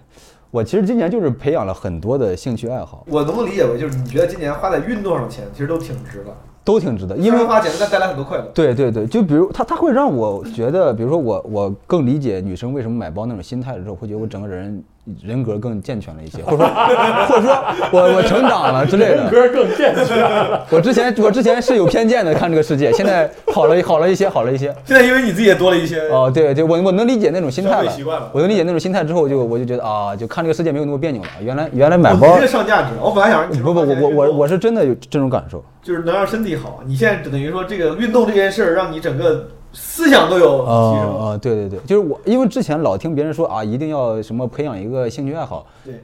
Speaker 4: 我其实今年就是培养了很多的兴趣爱好。
Speaker 3: 我能不能理解为就是你觉得今年花在运动上的钱其实都挺值的？
Speaker 4: 都挺值得，因
Speaker 3: 因为
Speaker 4: 为
Speaker 3: 方法简单，但带来很多快乐。
Speaker 4: 对对对，就比如他他会让我觉得，比如说我我更理解女生为什么买包那种心态的时候，会觉得我整个人人格更健全了一些，或者说 或者说我我成长了之类的。
Speaker 5: 歌更健全。
Speaker 4: 我之前我之前是有偏见的看这个世界，现在好了好了一些，好了一些。
Speaker 3: 现在因为你自己也多了一些，
Speaker 4: 哦，对对，我我能理解那种心态
Speaker 3: 消费
Speaker 4: 了
Speaker 3: 习惯了，
Speaker 4: 我能理解那种心态之后就，我就觉得啊，就看这个世界没有那么别扭了。原来原来买
Speaker 3: 我
Speaker 4: 包
Speaker 3: 直接，上价值了。我本来想让你
Speaker 4: 不不，我我我我是真的有这种感受。
Speaker 3: 就是能让身体好。你现在只等于说这个运动这件事儿，让你整个思想都有提升。
Speaker 4: 啊、对对对，就是我，因为之前老听别人说啊，一定要什么培养一个兴趣爱好，
Speaker 3: 对，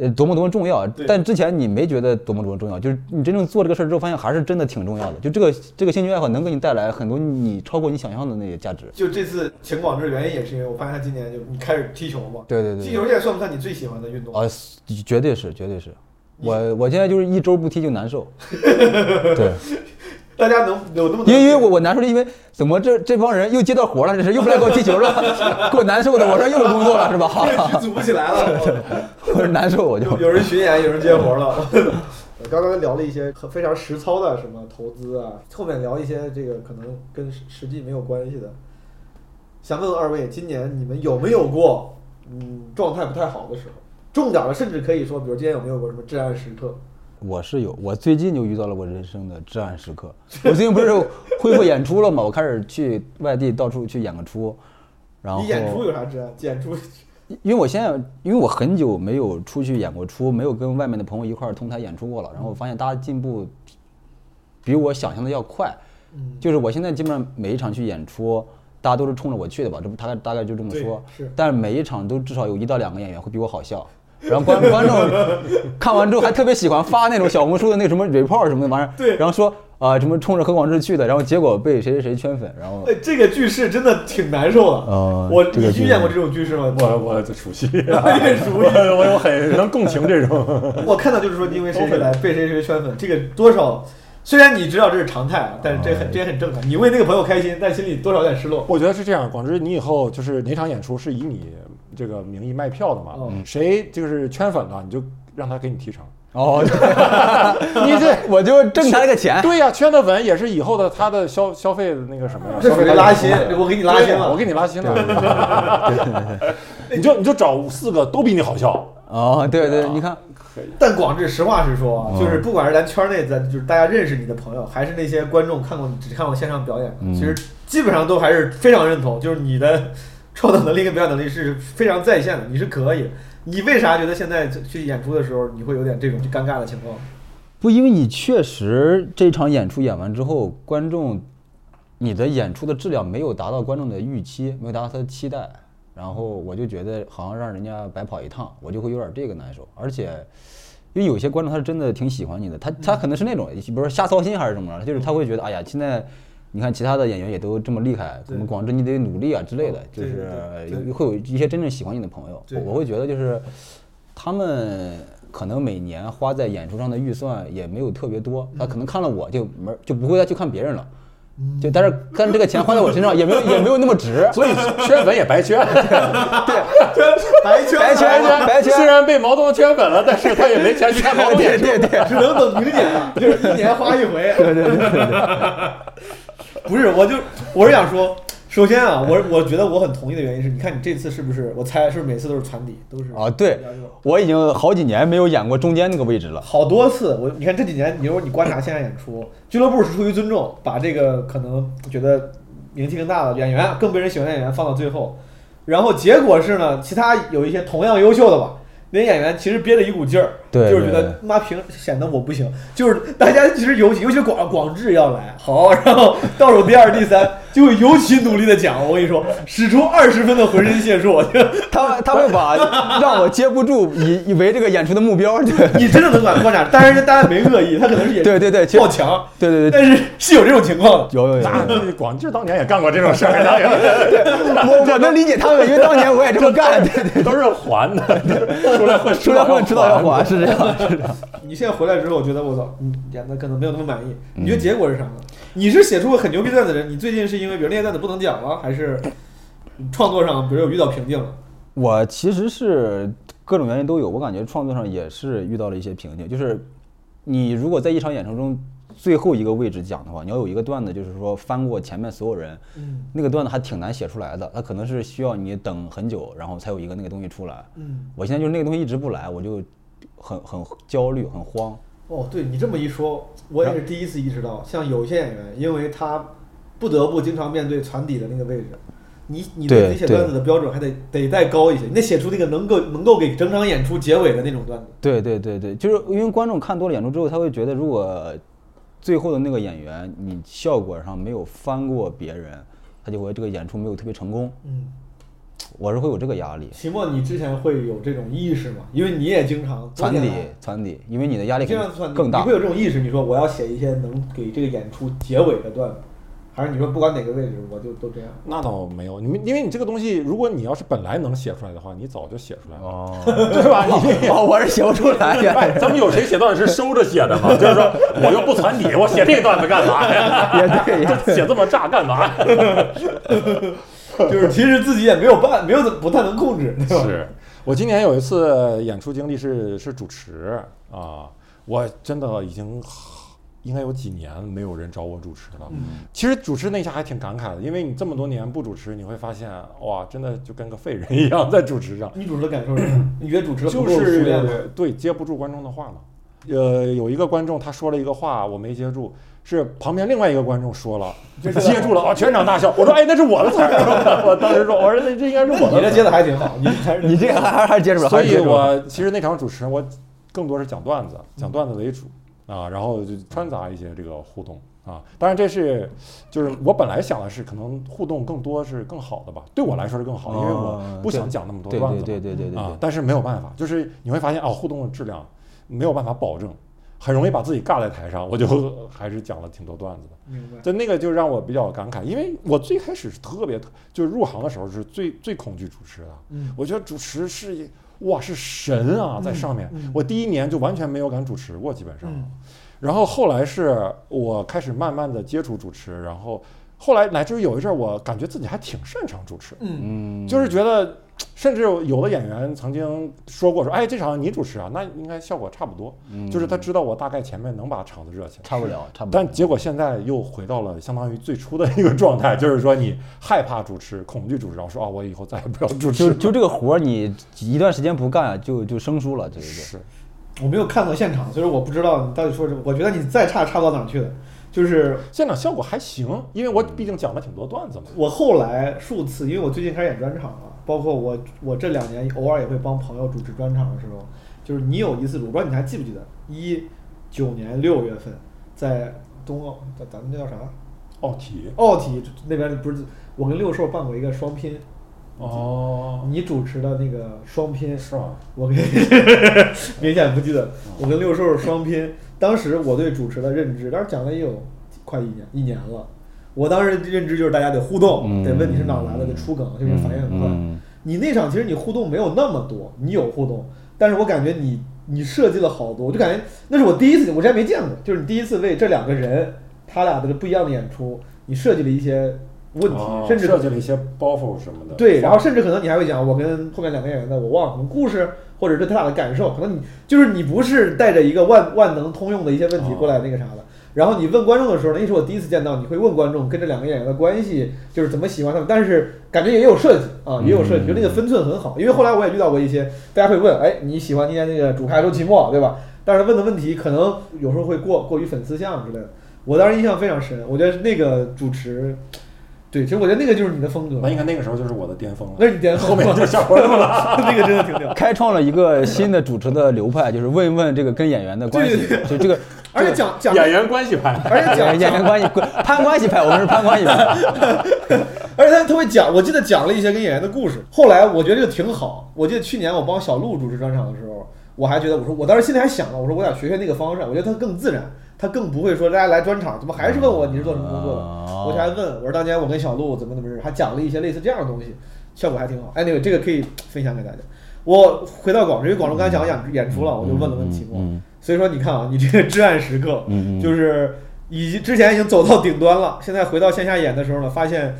Speaker 4: 呃，多么多么重要
Speaker 3: 对。
Speaker 4: 但之前你没觉得多么多么重要，就是你真正做这个事儿之后，发现还是真的挺重要的。就这个这个兴趣爱好能给你带来很多你超过你想象的那些价值。
Speaker 3: 就这次请广志的原因也是因为我发现他今年就你开始踢球嘛。
Speaker 4: 对对对
Speaker 3: 踢球现在算不算你最喜欢的运动？
Speaker 4: 啊，绝对是，绝对是。我我现在就是一周不踢就难 受，对，
Speaker 3: 大家能有那么多
Speaker 4: 因为因为我我难受是因为怎么这这帮人又接到活了，这是又不来给我踢球了，给我难受的，我说又有工作了 是吧？
Speaker 3: 组不起来 了，
Speaker 4: 我说难受我就
Speaker 3: 有有人巡演，有人接活了。我 刚刚聊了一些很非常实操的什么投资啊，后面聊一些这个可能跟实实际没有关系的。想问问二位，今年你们有没有过嗯状态不太好的时候？重点的，甚至可以说，比如今年有没有过什么至暗时刻？
Speaker 4: 我是有，我最近就遇到了我人生的至暗时刻。我最近不是恢复演出了嘛，我开始去外地到处去演个出，然后
Speaker 3: 你演出有啥至暗？演 出
Speaker 4: 因为我现在，因为我很久没有出去演过出，没有跟外面的朋友一块儿同台演出过了。然后我发现大家进步比我想象的要快，
Speaker 3: 嗯
Speaker 4: 就是我现在基本上每一场去演出，大家都是冲着我去的吧，这不大概大概就这么说。
Speaker 3: 对是
Speaker 4: 但是每一场都至少有一到两个演员会比我好笑，然后观观众看完之后还特别喜欢发那种小红书的那什么 report 什么的玩意儿，
Speaker 3: 对
Speaker 4: 然后说啊、什么冲着何广智去的，然后结果被谁谁谁圈粉，然后
Speaker 3: 哎，这个句式真的挺难受的。
Speaker 4: 哦
Speaker 3: 我
Speaker 4: 这个
Speaker 3: 你
Speaker 4: 句
Speaker 3: 遇见过这种句式吗？
Speaker 5: 我我 熟悉，我也熟悉，我我很能共情这种。
Speaker 3: 我看到就是说， 因为谁谁来被谁谁圈粉，这个多少虽然你知道这是常态啊，啊但是这很这也很正常。你为那个朋友开心，但心里多少有点失落。
Speaker 5: 我觉得是这样，广志，你以后就是哪场演出是以你这个名义卖票的嘛？
Speaker 3: 嗯
Speaker 5: 谁就是圈粉了，你就让他给你提成。
Speaker 4: 哦，
Speaker 5: 你这
Speaker 4: 我就挣他那个钱。
Speaker 5: 对呀、圈的粉也是以后的他的消消费的那个什么呀？
Speaker 3: 这
Speaker 5: 消
Speaker 3: 属
Speaker 5: 费
Speaker 3: 于
Speaker 5: 来源
Speaker 3: 拉新，我给你拉新
Speaker 5: 对
Speaker 3: 了。
Speaker 5: 我给
Speaker 3: 你
Speaker 5: 你拉新了。你就你就找四个都比你好笑，
Speaker 4: 哦，对对，你看，
Speaker 3: 但广志，实话实说啊，就是不管是咱圈内咱就是大家认识你的朋友，还是那些观众看过你只看过线上表演的，其实基本上都还是非常认同，就是你的 创造能力跟表演能力是非常在线的，你是可以。你为啥觉得现在去演出的时候你会有点这种尴尬的情 况？
Speaker 4: 不，因为你确实这场演出演完之后，观众，你的演出的质量没有达到观众的预期，没有达到他的期待，然后我就觉得好像让人家白跑一趟，我就会有点这个难受。而且，因为有些观众他是真的挺喜欢你的，他
Speaker 3: 嗯
Speaker 4: 他可能是那种，比如说瞎操心还是怎么着，就是他会觉得，哎呀，现在。你看，其他的演员也都这么厉害，什么广志你得努力啊之类的，就
Speaker 3: 对
Speaker 4: 是呃
Speaker 3: 对对
Speaker 4: 有会有一些真正喜欢你的朋友，
Speaker 3: 对
Speaker 4: 我会觉得就是他们可能每年花在演出上的预算也没有特别多，他可能看了我就没就不会再去看别人了。就但是但是这个钱花在我身上也 没有也没有那么值，
Speaker 5: 所以圈粉也白圈。
Speaker 3: 白圈
Speaker 4: 白圈白
Speaker 5: 虽
Speaker 4: 圈，
Speaker 5: 然被毛泽东圈粉了，但是他也没钱去看毛泽东
Speaker 4: 对
Speaker 5: 演出。
Speaker 4: 对对，
Speaker 3: 只能等明年了，就是一年花一回。对对对 不是，我就我是想说，首先啊，我我觉得我很同意的原因是，你看你这次是不是？我猜是不是每次都是船底，都是
Speaker 4: 啊对，我已经好几年没有演过中间那个位置了。
Speaker 3: 好多次，我你看这几年，你说你观察线上演出，俱乐部是出于尊重，把这个可能觉得名气更大的演员，啊更被人喜欢的演员放到最后，然后结果是呢，其他有一些同样优秀的吧，那些演员其实憋着一股劲儿，
Speaker 4: 对
Speaker 3: 就是觉
Speaker 4: 对
Speaker 3: 得妈凭显得我不行，就是大家其实尤其尤其是广广智要来好，然后倒数第二、第三就会尤其努力的讲，我跟你说，使出二十分的浑身解数，就
Speaker 4: 他他会 把让我接不住，以以为这个演出的目标，对
Speaker 3: 你真的能管观察，当然大家没恶意，他可能是也
Speaker 4: 对对对其实
Speaker 3: 爆强，
Speaker 4: 对 对对，
Speaker 3: 但是是有这种情况的。
Speaker 4: 有有有，
Speaker 5: 那广志当年也干过这种事儿，当 年
Speaker 4: 我我能理解他们，因为当年我也这么干，对 对，
Speaker 5: 都是还的，出来混，
Speaker 4: 出来混迟早要还，是这样。
Speaker 3: 你现在回来之后，我觉得我操，你演的可能没有那么满意。你
Speaker 4: 嗯
Speaker 3: 觉得结果是啥呢？你是写出过很牛逼段子的人，你最近是因为比如那些段子不能讲了，还是创作上比如有遇到瓶颈了？
Speaker 4: 我其实是各种原因都有，我感觉创作上也是遇到了一些瓶颈。就是你如果在一场演出中最后一个位置讲的话，你要有一个段子，就是说翻过前面所有人，那个段子还挺难写出来的，它可能是需要你等很久，然后才有一个那个东西出来。
Speaker 3: 嗯，
Speaker 4: 我现在就是那个东西一直不来，我就很很焦虑，很慌。
Speaker 3: 哦，对你这么一说，我也是第一次意识到，像有些演员，因为他不得不经常面对船底的那个位置，你你对
Speaker 4: 对
Speaker 3: 你写
Speaker 4: 对
Speaker 3: 段子的标准还得得再高一些，你得写出那个能够能够给整场演出结尾的那种段子。
Speaker 4: 对对对对，就是因为观众看多了演出之后，他会觉得，如果最后的那个演员你效果上没有翻过别人，他就会这个演出没有特别成功。
Speaker 3: 嗯，
Speaker 4: 我是会有这个压力，
Speaker 3: 秦墨，你之前会有这种意识吗？因为你也经常
Speaker 4: 攒底
Speaker 3: 多年来
Speaker 4: 攒底，因为你的压力
Speaker 3: 你
Speaker 4: 可
Speaker 3: 这样算
Speaker 4: 能更大
Speaker 3: 你会。有这种意识？你说我要写一些能给这个演出结尾的段子，还是你说不管哪个位置我就都 这样？
Speaker 5: 那倒没有，你们因为你这个东西，如果你要是本来能写出来的话，你早就写出来了，
Speaker 4: 哦，
Speaker 5: 对吧？你
Speaker 4: 哦， 我是写不出来
Speaker 5: 哎，
Speaker 4: 呀，
Speaker 5: 咱们有谁写段子是收着写的吗？就是说，我又不攒底，我写这段子干嘛呀？
Speaker 4: 也对，也对
Speaker 5: 这写这么炸干嘛？
Speaker 3: 就是其实自己也没有办，没有怎不太能控制，对吧？
Speaker 5: 是我今年有一次演出经历是是主持啊，我真的已经应该有几年没有人找我主持了。其实主持那一下还挺感慨的，因为你这么多年不主持，你会发现哇，真的就跟个废人一样在主持上。
Speaker 3: 你主持的感受是什么？ 你觉得主持的不
Speaker 5: 就
Speaker 3: 够熟练吗？
Speaker 5: 是对接不住观众的话嘛。呃，有一个观众他说了一个话，我没接住，是旁边另外一个观众说了，就接住了啊，全场大笑。我说哎，那是我的词儿， 我当时说，我说那这应该是
Speaker 3: 那
Speaker 5: 我
Speaker 3: 你
Speaker 5: 的
Speaker 3: 这
Speaker 5: 词
Speaker 3: 接
Speaker 5: 儿。
Speaker 3: 的还挺 好，你还是
Speaker 4: 你这个还还还是接触了，
Speaker 5: 所
Speaker 4: 还是
Speaker 5: 以
Speaker 4: 接触了
Speaker 5: 我其实那场主持我更多是讲段子，讲段子为主啊，然后就穿杂一些这个互动啊。当然这是就是我本来想的是可能互动更多是更好的吧，对我来说是更好，因为我
Speaker 4: 哦
Speaker 5: 不想
Speaker 4: 对
Speaker 5: 讲那么多
Speaker 4: 对
Speaker 5: 段子
Speaker 4: 对
Speaker 5: 嘛。
Speaker 4: 对对对对
Speaker 5: 啊
Speaker 4: 对，，
Speaker 5: 但是没有办法，就是你会发现啊，互动的质量没有办法保证，很容易把自己尬在台上。我就还是讲了挺多段子的，
Speaker 3: 明白。
Speaker 5: 就那个就让我比较感慨，因为我最开始是特别，就是入行的时候是最最恐惧主持的，
Speaker 3: 嗯
Speaker 5: 我觉得主持是一哇是神啊，在上面，
Speaker 3: 嗯嗯
Speaker 5: 我第一年就完全没有敢主持过，基本上。
Speaker 3: 嗯
Speaker 5: 然后后来是我开始慢慢的接触主持，然后后来乃至于有一阵儿，我感觉自己还挺擅长主持，
Speaker 3: 嗯，
Speaker 4: 嗯，
Speaker 5: 就是觉得，甚至有的演员曾经说过说，哎，这场你主持啊，那应该效果差不多。就是他知道我大概前面能把场子热起来，
Speaker 4: 差不了，差不了。
Speaker 5: 但结果现在又回到了相当于最初的一个状态，就是说你害怕主持，恐惧主持，然后说啊，我以后再也不要主持
Speaker 4: 就
Speaker 5: 了。
Speaker 4: 就这个活儿，你一段时间不干，就就生疏了，这个
Speaker 5: 是，
Speaker 3: 我没有看过现场，所以我不知道你到底说什么。我觉得你再差差不到哪儿去的。就是
Speaker 5: 现场效果还行，因为我毕竟讲了挺多段子嘛。
Speaker 3: 我后来数次，因为我最近开始演专场了，包括我我这两年偶尔也会帮朋友主持专场的时候，就是你有一次，我不知道你还记不记得，一九年六月份在冬奥，咱咱们那叫啥？
Speaker 5: 奥哦体
Speaker 3: 奥体那边不是我跟六兽办过一个双拼，
Speaker 5: 哦，
Speaker 3: 你主持的那个双拼
Speaker 5: 是吗？
Speaker 3: 我 跟明显不记得，
Speaker 4: 哦
Speaker 3: 我跟六兽双拼。当时我对主持的认知，当时讲了也有快一年一年了。我当时认知就是大家得互动，
Speaker 4: 嗯
Speaker 3: 得问你是哪儿来的，得出梗，就是反应很快
Speaker 4: 嗯嗯。
Speaker 3: 你那场其实你互动没有那么多，你有互动，但是我感觉你你设计了好多，我就感觉那是我第一次，我之前没见过，就是你第一次为这两个人他俩的不一样的演出，你设计了一些问题，
Speaker 5: 哦
Speaker 3: 甚至
Speaker 5: 设计了一些包袱什么的。
Speaker 3: 对，然后甚至可能你还会讲我跟后面两个演员的我忘了什么故事，或者是他俩的感受，可能你就是你不是带着一个万万能通用的一些问题过来那个啥的。然后你问观众的时候呢，那是我第一次见到你会问观众跟这两个演员的关系，就是怎么喜欢他们，但是感觉也有设计啊，也有设计，就那个分寸很好。因为后来我也遇到过一些大家会问，哎，你喜欢今天那个主咖周奇墨对吧？但是问的问题可能有时候会过过于粉丝向之类的。我当时印象非常深，我觉得那个主持，对，其实我觉得那个就是你的风格。
Speaker 5: 那应该那个时候就是我的巅峰了。
Speaker 3: 那是你点
Speaker 5: 后面就下坡路了。
Speaker 3: 那个真的挺 屌。
Speaker 4: 开创了一个新的主持的流派，就是问一问这个跟演员的关系，
Speaker 3: 对对
Speaker 4: 就这个
Speaker 3: 而且讲讲，
Speaker 5: 演员关系派，
Speaker 3: 而且
Speaker 4: 演
Speaker 3: 讲
Speaker 4: 演员关系攀关系派，我们是攀关系派。
Speaker 3: 而且他他会讲，我记得讲了一些跟演员的故事。后来我觉得这个挺好。我记得去年我帮小鹿主持专场的时候，我还觉得我说我当时心里还想了，我说我想学学那个方式，我觉得他更自然，他更不会说大家来专场怎么还是问我你是做什么工作的，
Speaker 4: 哦
Speaker 3: 我就还问我说当年我跟小鹿怎么怎么着，还讲了一些类似这样的东西，效果还挺好。Anyway，这个可以分享给大家。我回到广州，因为广州刚才讲演演出了，我就问了问题目。
Speaker 4: 嗯嗯嗯
Speaker 3: 所以说，你看啊，你这个至暗时刻，
Speaker 4: 嗯嗯
Speaker 3: 就是已经之前已经走到顶端了，现在回到线下演的时候呢，发现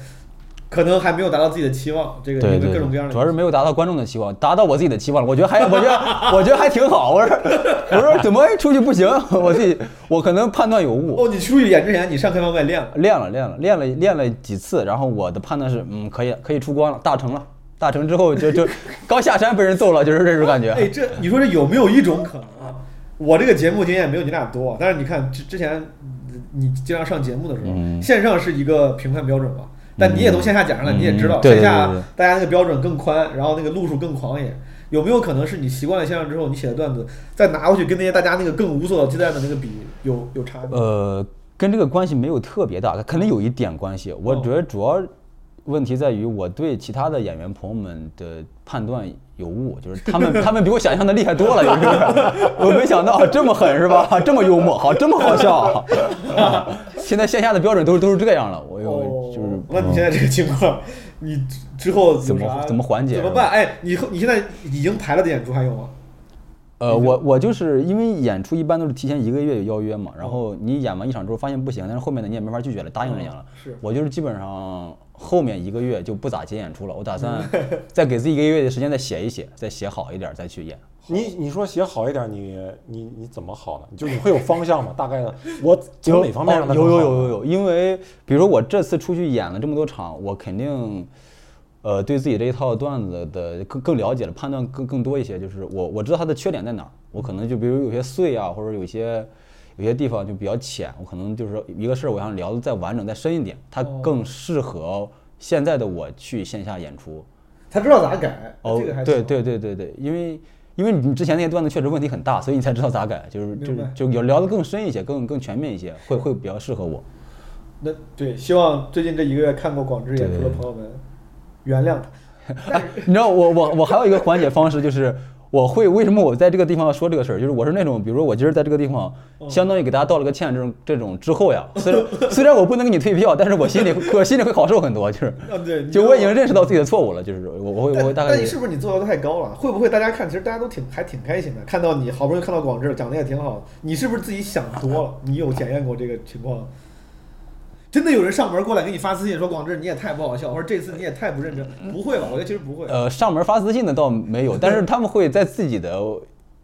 Speaker 3: 可能还没有达到自己的期望，这个
Speaker 4: 对
Speaker 3: 因为
Speaker 4: 对
Speaker 3: 各
Speaker 4: 对
Speaker 3: 种各样的，
Speaker 4: 主要是没有达到观众的期望，达到我自己的期望了。我觉得还，我觉得，我觉得还挺好。我说，我说怎么出去不行？ 我自己，我可能判断有误。
Speaker 3: 哦，你出去演之前你上开放麦练了，
Speaker 4: 练了，练了，练了，练了几次，然后我的判断是，嗯，可以，可以出关了，大成了。大成之后就就刚下山被人揍了，就是这种 感觉。
Speaker 3: 哎，这你说这有没有一种可能啊？我这个节目经验没有你俩多，但是你看之之前嗯你经常上节目的时候，线上是一个评判标准吧？但你也从线下讲上来，
Speaker 4: 嗯
Speaker 3: 你也知道
Speaker 4: 对对
Speaker 3: 线下
Speaker 4: 对对对
Speaker 3: 大家那个标准更宽，然后那个路数更狂野。有没有可能是你习惯了线上之后，你写的段子再拿回去跟那些大家那个更无所忌惮的那个比有有差别？
Speaker 4: 呃，跟这个关系没有特别大，可能有一点关系。我觉得主要问题在于我对其他的演员朋友们的判断有误，就是他们他们比我想象的厉害多了，有时候我没想到这么狠是吧？ 这么幽默，好，这么好笑。啊现在线下的标准都是都是这样了，我有就是
Speaker 3: 哦，那你现在这个情况，你之之后有
Speaker 4: 怎么
Speaker 3: 啥
Speaker 4: 怎么缓解
Speaker 3: 怎么办？哎，你后你现在已经排了的演出还有吗？
Speaker 4: 呃，我我就是因为演出一般都是提前一个月有邀约嘛，然后你演完一场之后发现不行，但是后面的你也没法拒绝了，答应人家了。
Speaker 3: 是
Speaker 4: 我就是基本上后面一个月就不咋接演出了，我打算再给自己一个月的时间再写一写，再写好一点再去演。
Speaker 5: 你你说写好一点，你你你怎么好呢？就你会有方向吗？大概的，我从哪方面让它
Speaker 4: 哦有
Speaker 5: 更
Speaker 4: 有
Speaker 5: 好
Speaker 4: 有有
Speaker 5: 呢
Speaker 4: 有，因为比如说我这次出去演了这么多场，我肯定。呃，对自己这一套段子的更更了解了，判断更更多一些。就是我我知道它的缺点在哪儿，我可能就比如有些碎啊，或者有些有些地方就比较浅，我可能就是说一个事儿，我想聊的再完整、再深一点，它
Speaker 3: 哦
Speaker 4: 更适合现在的我去线下演出。
Speaker 3: 他知道咋改，
Speaker 4: 哦，
Speaker 3: 啊这个还
Speaker 4: 对
Speaker 3: 行
Speaker 4: 对对对对，因为因为你之前那些段子确实问题很大，所以你才知道咋改，就是就
Speaker 3: 明白
Speaker 4: 就有聊得更深一些，更更全面一些，会会比较适合我。
Speaker 3: 那对，希望最近这一个月看过广智演出的朋友们原谅他。
Speaker 4: 你知道我我我还有一个缓解方式就是。我会为什么我在这个地方要说这个事儿？就是我是那种，比如说我今儿在这个地方，
Speaker 3: 嗯
Speaker 4: 相当于给大家道了个歉，这种这种之后呀，虽然虽然我不能给你退票，但是我心里我心里会好受很多，就是
Speaker 3: 啊对你
Speaker 4: 就
Speaker 3: 知道
Speaker 4: 我已经认识到自己的错误了，就是我我会我会大
Speaker 3: 但
Speaker 4: 概
Speaker 3: 但你是不是你做的太高了？会不会大家看，其实大家都挺还挺开心的，看到你好不容易看到广智讲的也挺好，你是不是自己想多了？你有检验过这个情况？真的有人上门过来给你发私信说广智你也太不好笑，或者这次你也太不认真，不会吧？我觉得其实不会。
Speaker 4: 呃，上门发私信的倒没有，但是他们会在自己的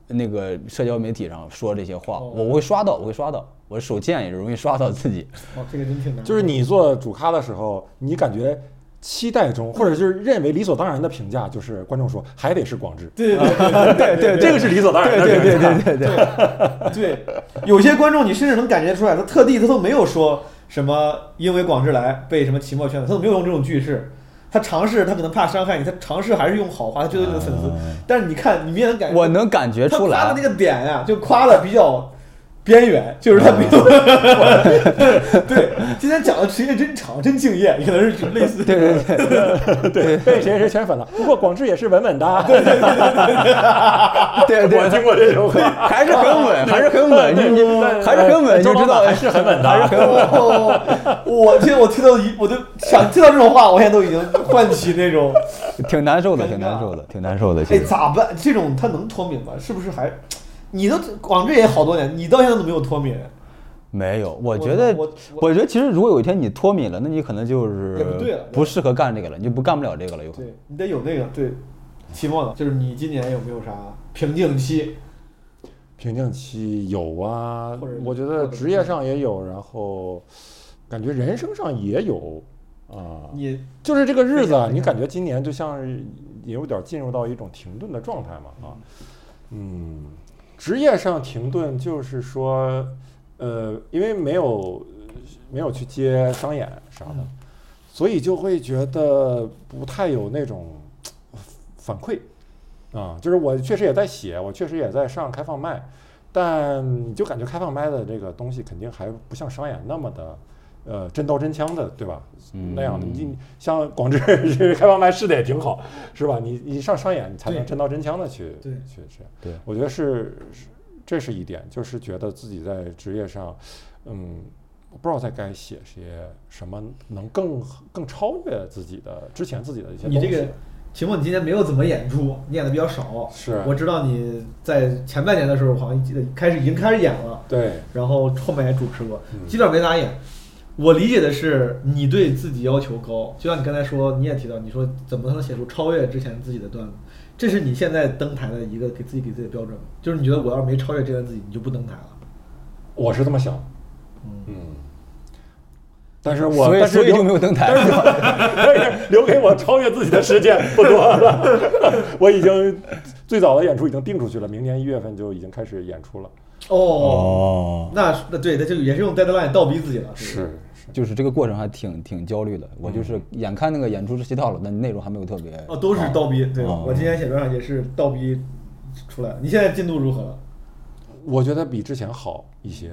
Speaker 4: 那个社交媒体上说这些话，
Speaker 3: 哦
Speaker 4: 我会刷到，我会刷到，我手贱也容易刷到自己。
Speaker 3: 哦，这个真挺难。
Speaker 5: 就是你做主咖的时候，你感觉期待
Speaker 3: 嗯
Speaker 5: 中，或者就是认为理所当然的评价，就是观众说还得是 广智，
Speaker 3: 对对对
Speaker 4: 对对
Speaker 5: 这个是理所当然的评价。
Speaker 4: 对对对对，
Speaker 3: 对，有些观众你甚至能感觉出来，他特地他都没有说什么因为广志来被什么期末圈子，他都没有用这种句式。他尝试，他可能怕伤害你，他尝试还是用好话，他觉得你的粉丝。但是你看，你明显能感觉
Speaker 4: 嗯我能感觉
Speaker 3: 他
Speaker 4: 出
Speaker 3: 夸的
Speaker 4: 来
Speaker 3: 那。个点呀、就夸的比较边缘，就是他没有。
Speaker 4: 嗯
Speaker 3: 对，今天讲的时间真长，真敬业，可能是类似。
Speaker 4: 对对对，
Speaker 5: 对，被谁谁圈 粉了。不过广智也是稳稳的，对对
Speaker 4: 对对
Speaker 5: 我听过这种话。
Speaker 4: 还是很稳，还是很稳，你你还是很稳，你
Speaker 5: 周老
Speaker 4: 知
Speaker 5: 板
Speaker 4: 道哎
Speaker 5: 还是很稳的，啊
Speaker 4: 还是很稳。
Speaker 3: 哦，哎我听我听到一，我就想听到这种话，我现在都已经唤起那 种。
Speaker 4: 挺难受的，
Speaker 3: 尴尬
Speaker 4: 挺难受的，挺难受的。其
Speaker 3: 哎，
Speaker 4: 实
Speaker 3: 咋办？这种他能脱敏吗？是不是还？你都广智也好多年，你到现在都没有脱敏，
Speaker 4: 没有，我
Speaker 3: 我
Speaker 4: 觉得
Speaker 3: 我我，
Speaker 4: 我觉得其实如果有一天你脱敏了，那你可能就是
Speaker 3: 也不对了
Speaker 4: 不适合干这个了，你就不干不了这个了，有可能。
Speaker 3: 对你得有那个对。期末呢，就是你今年有没有啥瓶颈期？
Speaker 5: 瓶颈期有啊
Speaker 3: 或者，
Speaker 5: 我觉
Speaker 3: 或
Speaker 5: 得
Speaker 3: 者
Speaker 5: 职业上也有，然后感觉人生上也有啊。
Speaker 3: 你
Speaker 5: 就是这个日子啊，你感觉今年就像是也有点进入到一种停顿的状态嘛啊，嗯，职业上停顿就是说，呃，因为没有没有去接商演啥的，所以就会觉得不太有那种呃反馈啊，就是我确实也在写，我确实也在上开放麦，但你就感觉开放麦的这个东西肯定还不像商演那么的。呃，真刀真枪的，对吧？那样的，你像广智这个 开放麦试的也挺好，是吧？你你上商演，你才能
Speaker 3: 对
Speaker 5: 真刀真枪的去
Speaker 3: 对
Speaker 5: 去去。
Speaker 4: 对
Speaker 5: 我觉得是是这是一点，就是觉得自己在职业上，嗯，我不知道在该写些什么，能更更超越自己的之前自己的一些东
Speaker 3: 你
Speaker 5: 西。
Speaker 3: 这个，期末你今年没有怎么演出，你演的比较少。
Speaker 5: 是
Speaker 3: 我知道你在前半年的时候好像记得开始已经开始演了，
Speaker 5: 对
Speaker 4: 嗯
Speaker 3: 然后后面也主持过，基本上没咋演。我理解的是，你对自己要求高，就像你刚才说，你也提到，你说怎么才能写出超越之前自己的段子？这是你现在登台的一个给自己给自己的标准吗，就是你觉得我要没超越之前自己，你就不登台了。
Speaker 5: 我是这么想，嗯，但是我
Speaker 4: 所以
Speaker 5: 但是
Speaker 4: 所以就
Speaker 5: 留
Speaker 4: 没有登台。
Speaker 5: 但是留 给我超越自己的时间不多了。 我已经最早的演出已经定出去了，明年一月份就已经开始演出了。
Speaker 3: 哦，
Speaker 4: 哦，
Speaker 3: 那是那对，那就也是用 deadline 倒逼自己了。对不对，
Speaker 4: 就是这个过程还挺挺焦虑的。我就是眼看那个演出日期到了，但内容还没有特别。
Speaker 3: 嗯哦，都是倒逼。对，
Speaker 4: 哦
Speaker 3: 我今天写专场也是倒逼出来。你现在进度如何了？
Speaker 5: 我觉得比之前好一些，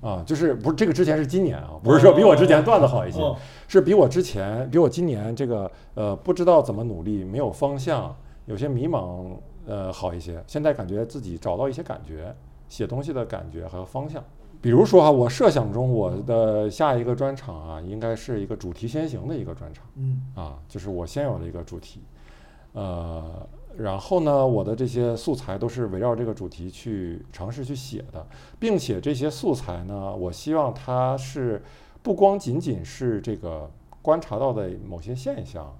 Speaker 5: 啊，就是不是这个之前是今年啊，不是说比我之前段子好一些，
Speaker 3: 哦
Speaker 5: 是比我之前比我今年这个呃不知道怎么努力，没有方向，有些迷茫，呃好一些。现在感觉自己找到一些感觉，写东西的感觉和方向。比如说啊，我设想中我的下一个专场啊，应该是一个主题先行的一个专场，
Speaker 3: 嗯，
Speaker 5: 啊，就是我先有了一个主题，呃，然后呢，我的这些素材都是围绕这个主题去尝试去写的，并且这些素材呢，我希望它是不光仅仅是这个观察到的某些现象，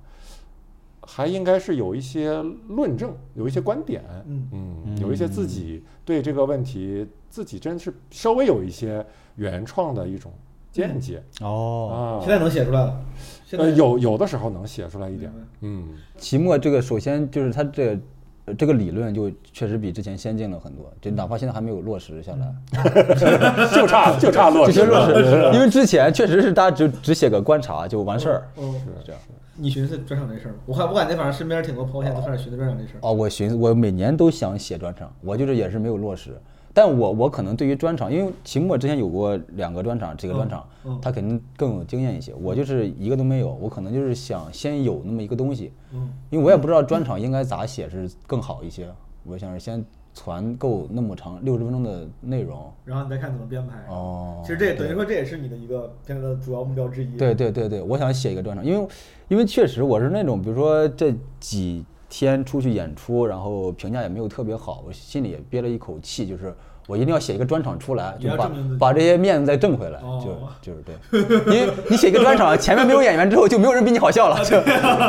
Speaker 5: 还应该是有一些论证，有一些观点，
Speaker 3: 嗯
Speaker 5: 有一些自己对这个问题自己真是稍微有一些原创的一种见解、
Speaker 4: 哦，
Speaker 5: 啊
Speaker 3: 现。在能写出来了？现在
Speaker 5: 呃，有有的时候能写出来一点
Speaker 3: 明白，
Speaker 5: 嗯，
Speaker 4: 期末这个首先就是它这呃这个理论就确实比之前先进了很多，就哪怕现在还没有落实下来，
Speaker 5: 就差 就差落
Speaker 4: 这
Speaker 5: 实
Speaker 4: 些落
Speaker 5: 了，
Speaker 4: 实，因为之前确实是大家只只写个观察就完事儿。
Speaker 3: 哦，
Speaker 4: 是这样
Speaker 3: 你寻思专场这事儿吗？我看我感觉反正身边挺多朋友现在都开始寻思专场这事儿。
Speaker 4: 哦，我寻思我每年都想写专场，我就是也是没有落实。但我我可能对于专场，因为秦末之前有过两个专场，几个专场，
Speaker 3: 嗯
Speaker 4: 他肯定更有经验一些。我就是一个都没有，我可能就是想先有那么一个东西，
Speaker 3: 嗯
Speaker 4: 因为我也不知道专场应该咋写是更好一些。我想是先攒够那么长六十分钟的内容。
Speaker 3: 然后你再看怎么编排。
Speaker 4: 哦
Speaker 3: 其实这等于说这也是你的一个现在的主要目标之一。
Speaker 4: 对 对对对，我想写一个专场，因为因为确实我是那种，比如说这几天出去演出，然后评价也没有特别好，我心里也憋了一口气，就是我一定要写一个专场出来，
Speaker 3: 你
Speaker 4: 就
Speaker 3: 要
Speaker 4: 把
Speaker 3: 证明自己
Speaker 4: 把这些面子再挣回来，
Speaker 3: 哦
Speaker 4: 就就是 对，因为你写一个专场，前面没有演员之后就没有人比你好笑了，就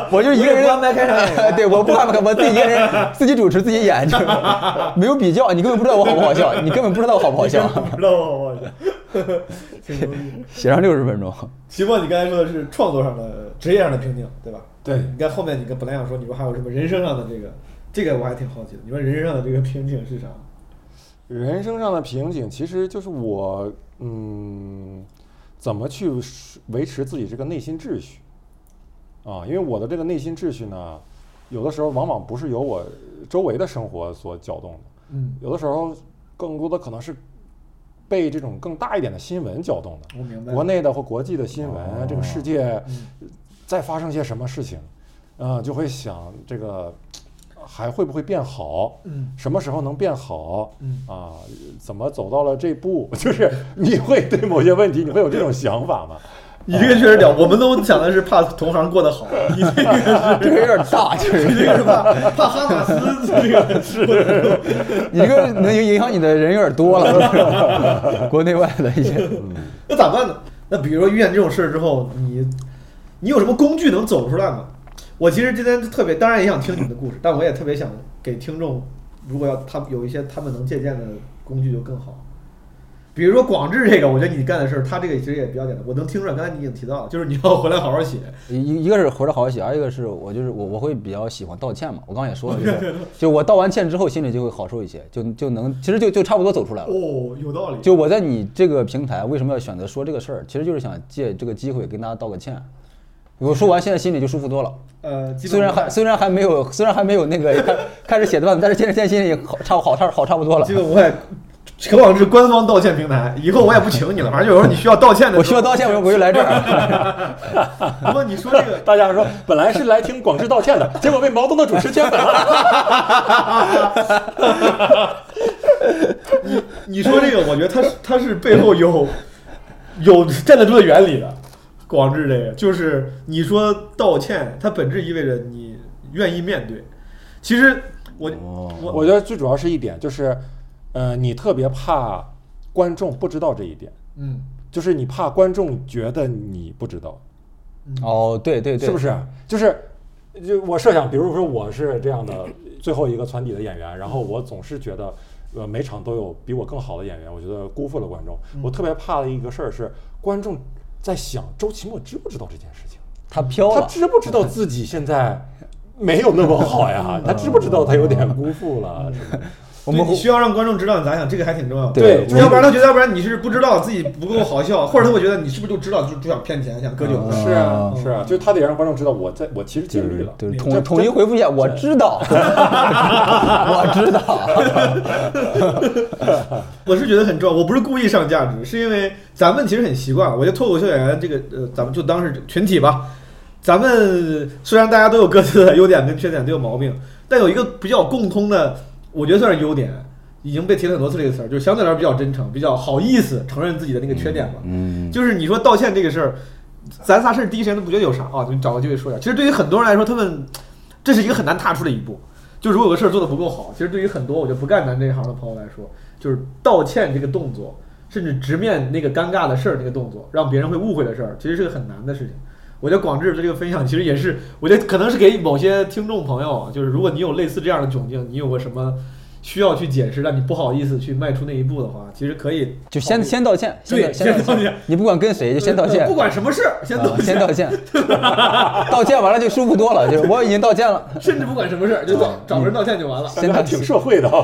Speaker 4: 我就一个
Speaker 3: 啊我也
Speaker 4: 人
Speaker 3: 不安排开场演员
Speaker 4: 对，我不安排，我自己一 个人自己主持自己演，就是没有比较，你根本不知道我好不好笑，你根本不知道我好不好笑，
Speaker 3: 不知道我 我挺牛逼。
Speaker 4: 写上六十分钟。
Speaker 3: 期末你刚才说的是创作上的、职业上的瓶颈，对吧？
Speaker 5: 对
Speaker 3: 你看后面你跟本来想说，你说还有什么人生上的这个，这个我还挺好奇的。你说人生上的这个瓶颈是啥？
Speaker 5: 人生上的瓶颈，其实就是我，嗯，怎么去维持自己这个内心秩序啊？因为我的这个内心秩序呢，有的时候往往不是由我周围的生活所搅动的，
Speaker 3: 嗯，
Speaker 5: 有的时候更多的可能是被这种更大一点的新闻搅动的，
Speaker 3: 我明白。
Speaker 5: 国内的或国际的新闻，
Speaker 3: 哦
Speaker 5: 这个世界
Speaker 3: 嗯
Speaker 5: 再发生些什么事情，啊、就会想这个还会不会变好？
Speaker 3: 嗯
Speaker 5: 什么时候能变好？
Speaker 3: 嗯
Speaker 5: 啊，怎么走到了这步？ 就是你会对某些问题，你会有这种想法吗？
Speaker 3: 你这个确实屌，我们都想的是怕同行过得好，你这个是
Speaker 4: 这个有点大，就是
Speaker 3: 你这个是怕怕哈马斯这个是。
Speaker 4: 你这个能影影响你的人有点多 了，国内外的一些。
Speaker 3: 那咋办呢？那比如说遇见这种事儿之后，你你有什么工具能走出来吗？我其实今天特别，当然也想听你们的故事，但我也特别想给听众，如果要他们有一些他们能借鉴的工具就更好。比如说广志这个，我觉得你干的事儿，他这个其实也比较简单，我能听出来。刚才你已经提到了，就是你要回来好好写。
Speaker 4: 一一个是活着好好写，二一个是我就是我我会比较喜欢道歉嘛，我刚刚也说了，就是 就我道完歉之后心里就会好受一些，就就能其实就就差不多走出来了。
Speaker 3: 哦，有道理。
Speaker 4: 就我在你这个平台为什么要选择说这个事儿，其实就是想借这个机会跟大家道个歉。我说完现在心里就舒服多了，
Speaker 3: 呃，基本
Speaker 4: 虽然
Speaker 3: 无害
Speaker 4: 还虽然还没有虽然还没有那个开开始写段子，但是现在现在心里好差不好差好差不多了
Speaker 3: 基。本无害。陈广志官方道歉平台，以后我也不请你了。反正有时候你需要道歉的时候，
Speaker 4: 我需要道歉，我就我就来这儿。
Speaker 3: 不过你说这个，
Speaker 5: 大家说本来是来听广志道歉的， 结果被毛东的主持圈 粉了。
Speaker 3: 你说这个，我觉得他是他是背后有有站得住的原理的。广志这个就是你说道歉，它本质意味着你愿意面对。其实我我
Speaker 5: 我觉得最主要是一点就是，呃，你特别怕观众不知道这一点。
Speaker 3: 嗯
Speaker 5: 就是你怕观众觉得你不知道，
Speaker 4: 哦，对对对，
Speaker 5: 是不？是？就是，就我设想，比如说我是这样的最后一个团体的演员，然后我总是觉得，呃，每场都有比我更好的演员，我觉得辜负了观众。
Speaker 4: 嗯
Speaker 5: 我特别怕的一个事儿是，观众在想周奇墨知不知道这件事情，
Speaker 4: 他飘
Speaker 5: 他
Speaker 4: 了，
Speaker 5: 知不知道自己现在没有那么好 呀？他知不知道他有
Speaker 4: 嗯
Speaker 5: 点辜负了？是吧
Speaker 4: 我们
Speaker 3: 对你需要让观众知道你咋想，这个还挺重要。
Speaker 4: 对
Speaker 3: 要不然他觉得，要不然你是不知道自己不够好笑，或者他会觉得你是不是就知道就就想骗钱，想割
Speaker 4: 嗯
Speaker 3: 韭菜。
Speaker 5: 是啊，是啊，就是他得让观众知道我在我其实尽力了。
Speaker 4: 就是
Speaker 5: 这
Speaker 4: 统统一回复一下，我知 道，我知道，
Speaker 3: 啊我是觉得很重要，我不是故意上价值，是因为咱们其实很习惯，我觉得脱口秀演员这个，呃，咱们就当是群体吧。咱们虽然大家都有各自的优点跟缺点，都有毛病，但有一个比较共通的，我觉得算是优点，已经被提了很多次这个词儿，就是相对来说比较真诚，比较好意思承认自己的那个缺点吧。
Speaker 4: 嗯，
Speaker 3: 就是你说道歉这个事儿，咱仨甚至第一时间都不觉得有啥啊，就找个机会说一下。其实对于很多人来说，他们这是一个很难踏出的一步。就如果有个事儿做的不够好，其实对于很多我觉得不干咱这一行的朋友来说，就是道歉这个动作，甚至直面那个尴尬的事儿这个动作，让别人会误会的事儿，其实是个很难的事情。我觉得广志的这个分享，其实也是，我觉得可能是给某些听众朋友啊，就是如果你有类似这样的窘境，你有过什么需要去解释，但你不好意思去迈出那一步的话，其实可以
Speaker 4: 就
Speaker 5: 哦
Speaker 4: 先先道歉，
Speaker 3: 对
Speaker 4: 先
Speaker 3: 先道歉，
Speaker 4: 你不管跟谁就先道
Speaker 3: 呃
Speaker 4: 歉，
Speaker 3: 不管什么事儿，先道
Speaker 4: 啊
Speaker 3: 歉，
Speaker 4: 先道歉， 道歉完了就舒服多了，就是我已经道歉了，
Speaker 3: 甚至不管什么事儿，就
Speaker 4: 嗯
Speaker 3: 找找个人道歉就完了。
Speaker 4: 先
Speaker 5: 还
Speaker 4: 道
Speaker 5: 挺
Speaker 4: 歉，
Speaker 5: 社会 的、啊。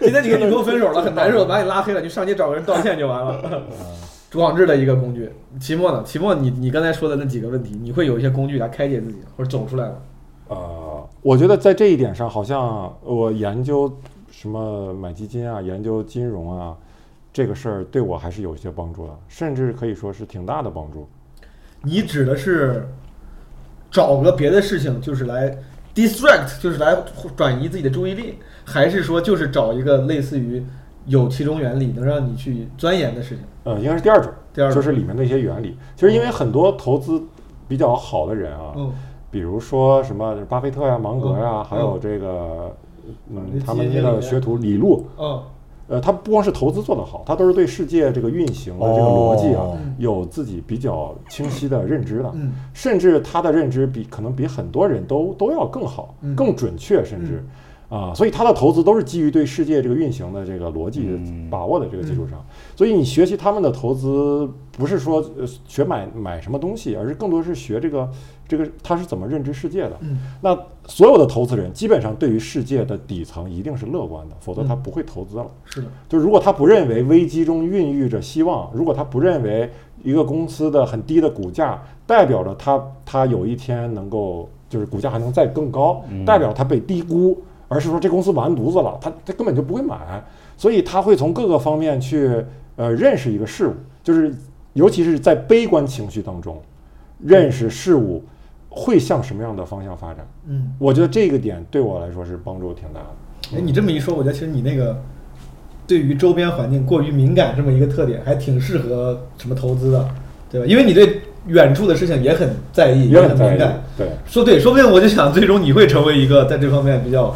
Speaker 3: 今天你跟女朋友分手 了，很难受，把你拉黑了，你就上街找个人道歉就完了。朱广志的一个工具，期末呢？期末你你刚才说的那几个问题，你会有一些工具来开解自己，或者走出来吗？
Speaker 5: 呃，我觉得在这一点上，好像我研究什么买基金啊，研究金融啊，这个事儿对我还是有一些帮助的，甚至可以说是挺大的帮助。
Speaker 3: 你指的是找个别的事情，就是来 distract，就是来转移自己的注意力，还是说就是找一个类似于有其中原理能让你去钻研的事情？
Speaker 5: 呃，应该是第二种，
Speaker 3: 第二种
Speaker 5: 就是里面的一些原理。其实因为很多投资比较好的人啊，
Speaker 3: 嗯，
Speaker 5: 比如说什么巴菲特呀、芒格呀，
Speaker 3: 嗯
Speaker 5: 还有这个
Speaker 3: 嗯
Speaker 5: 嗯
Speaker 3: 基
Speaker 5: 他们
Speaker 3: 金经
Speaker 5: 那个
Speaker 3: 理
Speaker 5: 学徒李路，
Speaker 3: 嗯，
Speaker 5: 呃，他不光是投资做得好，他都是对世界这个运行的这个逻辑啊，
Speaker 4: 哦
Speaker 5: 有自己比较清晰的认知的，
Speaker 3: 嗯
Speaker 5: 甚至他的认知比可能比很多人都都要更好、
Speaker 3: 嗯
Speaker 5: 更准确，甚至啊、所以他的投资都是基于对世界这个运行的这个逻辑把握的这个基础上。
Speaker 3: 嗯
Speaker 5: 所以你学习他们的投资，不是说呃学买买什么东西，而是更多是学这个这个他是怎么认知世界的。
Speaker 3: 嗯
Speaker 5: 那所有的投资人基本上对于世界的底层一定是乐观的，否则他
Speaker 3: 嗯
Speaker 5: 不会投资了。
Speaker 3: 是的，
Speaker 5: 就如果他不认为危机中孕育着希望，如果他不认为一个公司的很低的股价代表着他他有一天能够就是股价还能再更高，代表他被低估，而是说这公司完犊子了，他他根本就不会买，所以他会从各个方面去呃认识一个事物，就是尤其是在悲观情绪当中，认识事物会向什么样的方向发展。
Speaker 3: 嗯。
Speaker 5: 我觉得这个点对我来说是帮助挺大的。
Speaker 3: 哎，你这么一说，我觉得其实你那个对于周边环境过于敏感这么一个特点，还挺适合什么投资的，对吧？因为你对远处的事情也很在意，
Speaker 5: 也
Speaker 3: 很
Speaker 5: 很在
Speaker 3: 敏
Speaker 5: 意
Speaker 3: 感。
Speaker 5: 对
Speaker 3: 说对，说不定我就想，最终你会成为一个在这方面比较，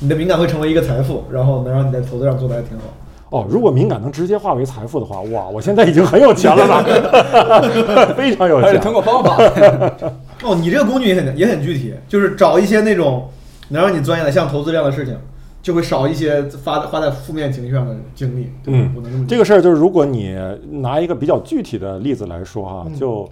Speaker 3: 你的敏感会成为一个财富，然后能让你在投资上做的还挺好。
Speaker 5: 哦，如果敏感能直接化为财富的话，哇，我现在已经很有钱了呢， 非常有
Speaker 4: 而且
Speaker 5: 钱。
Speaker 4: 通过方法，
Speaker 3: 哦，你这个工具也很也很具体，就是找一些那种能让你钻研的，像投资这样的事情，就会少一些发花在负面情绪上的精力。对吧，
Speaker 5: 嗯
Speaker 3: 我能这么
Speaker 5: 这
Speaker 3: 个
Speaker 5: 个事儿就是，如果你拿一个比较具体的例子来说哈，就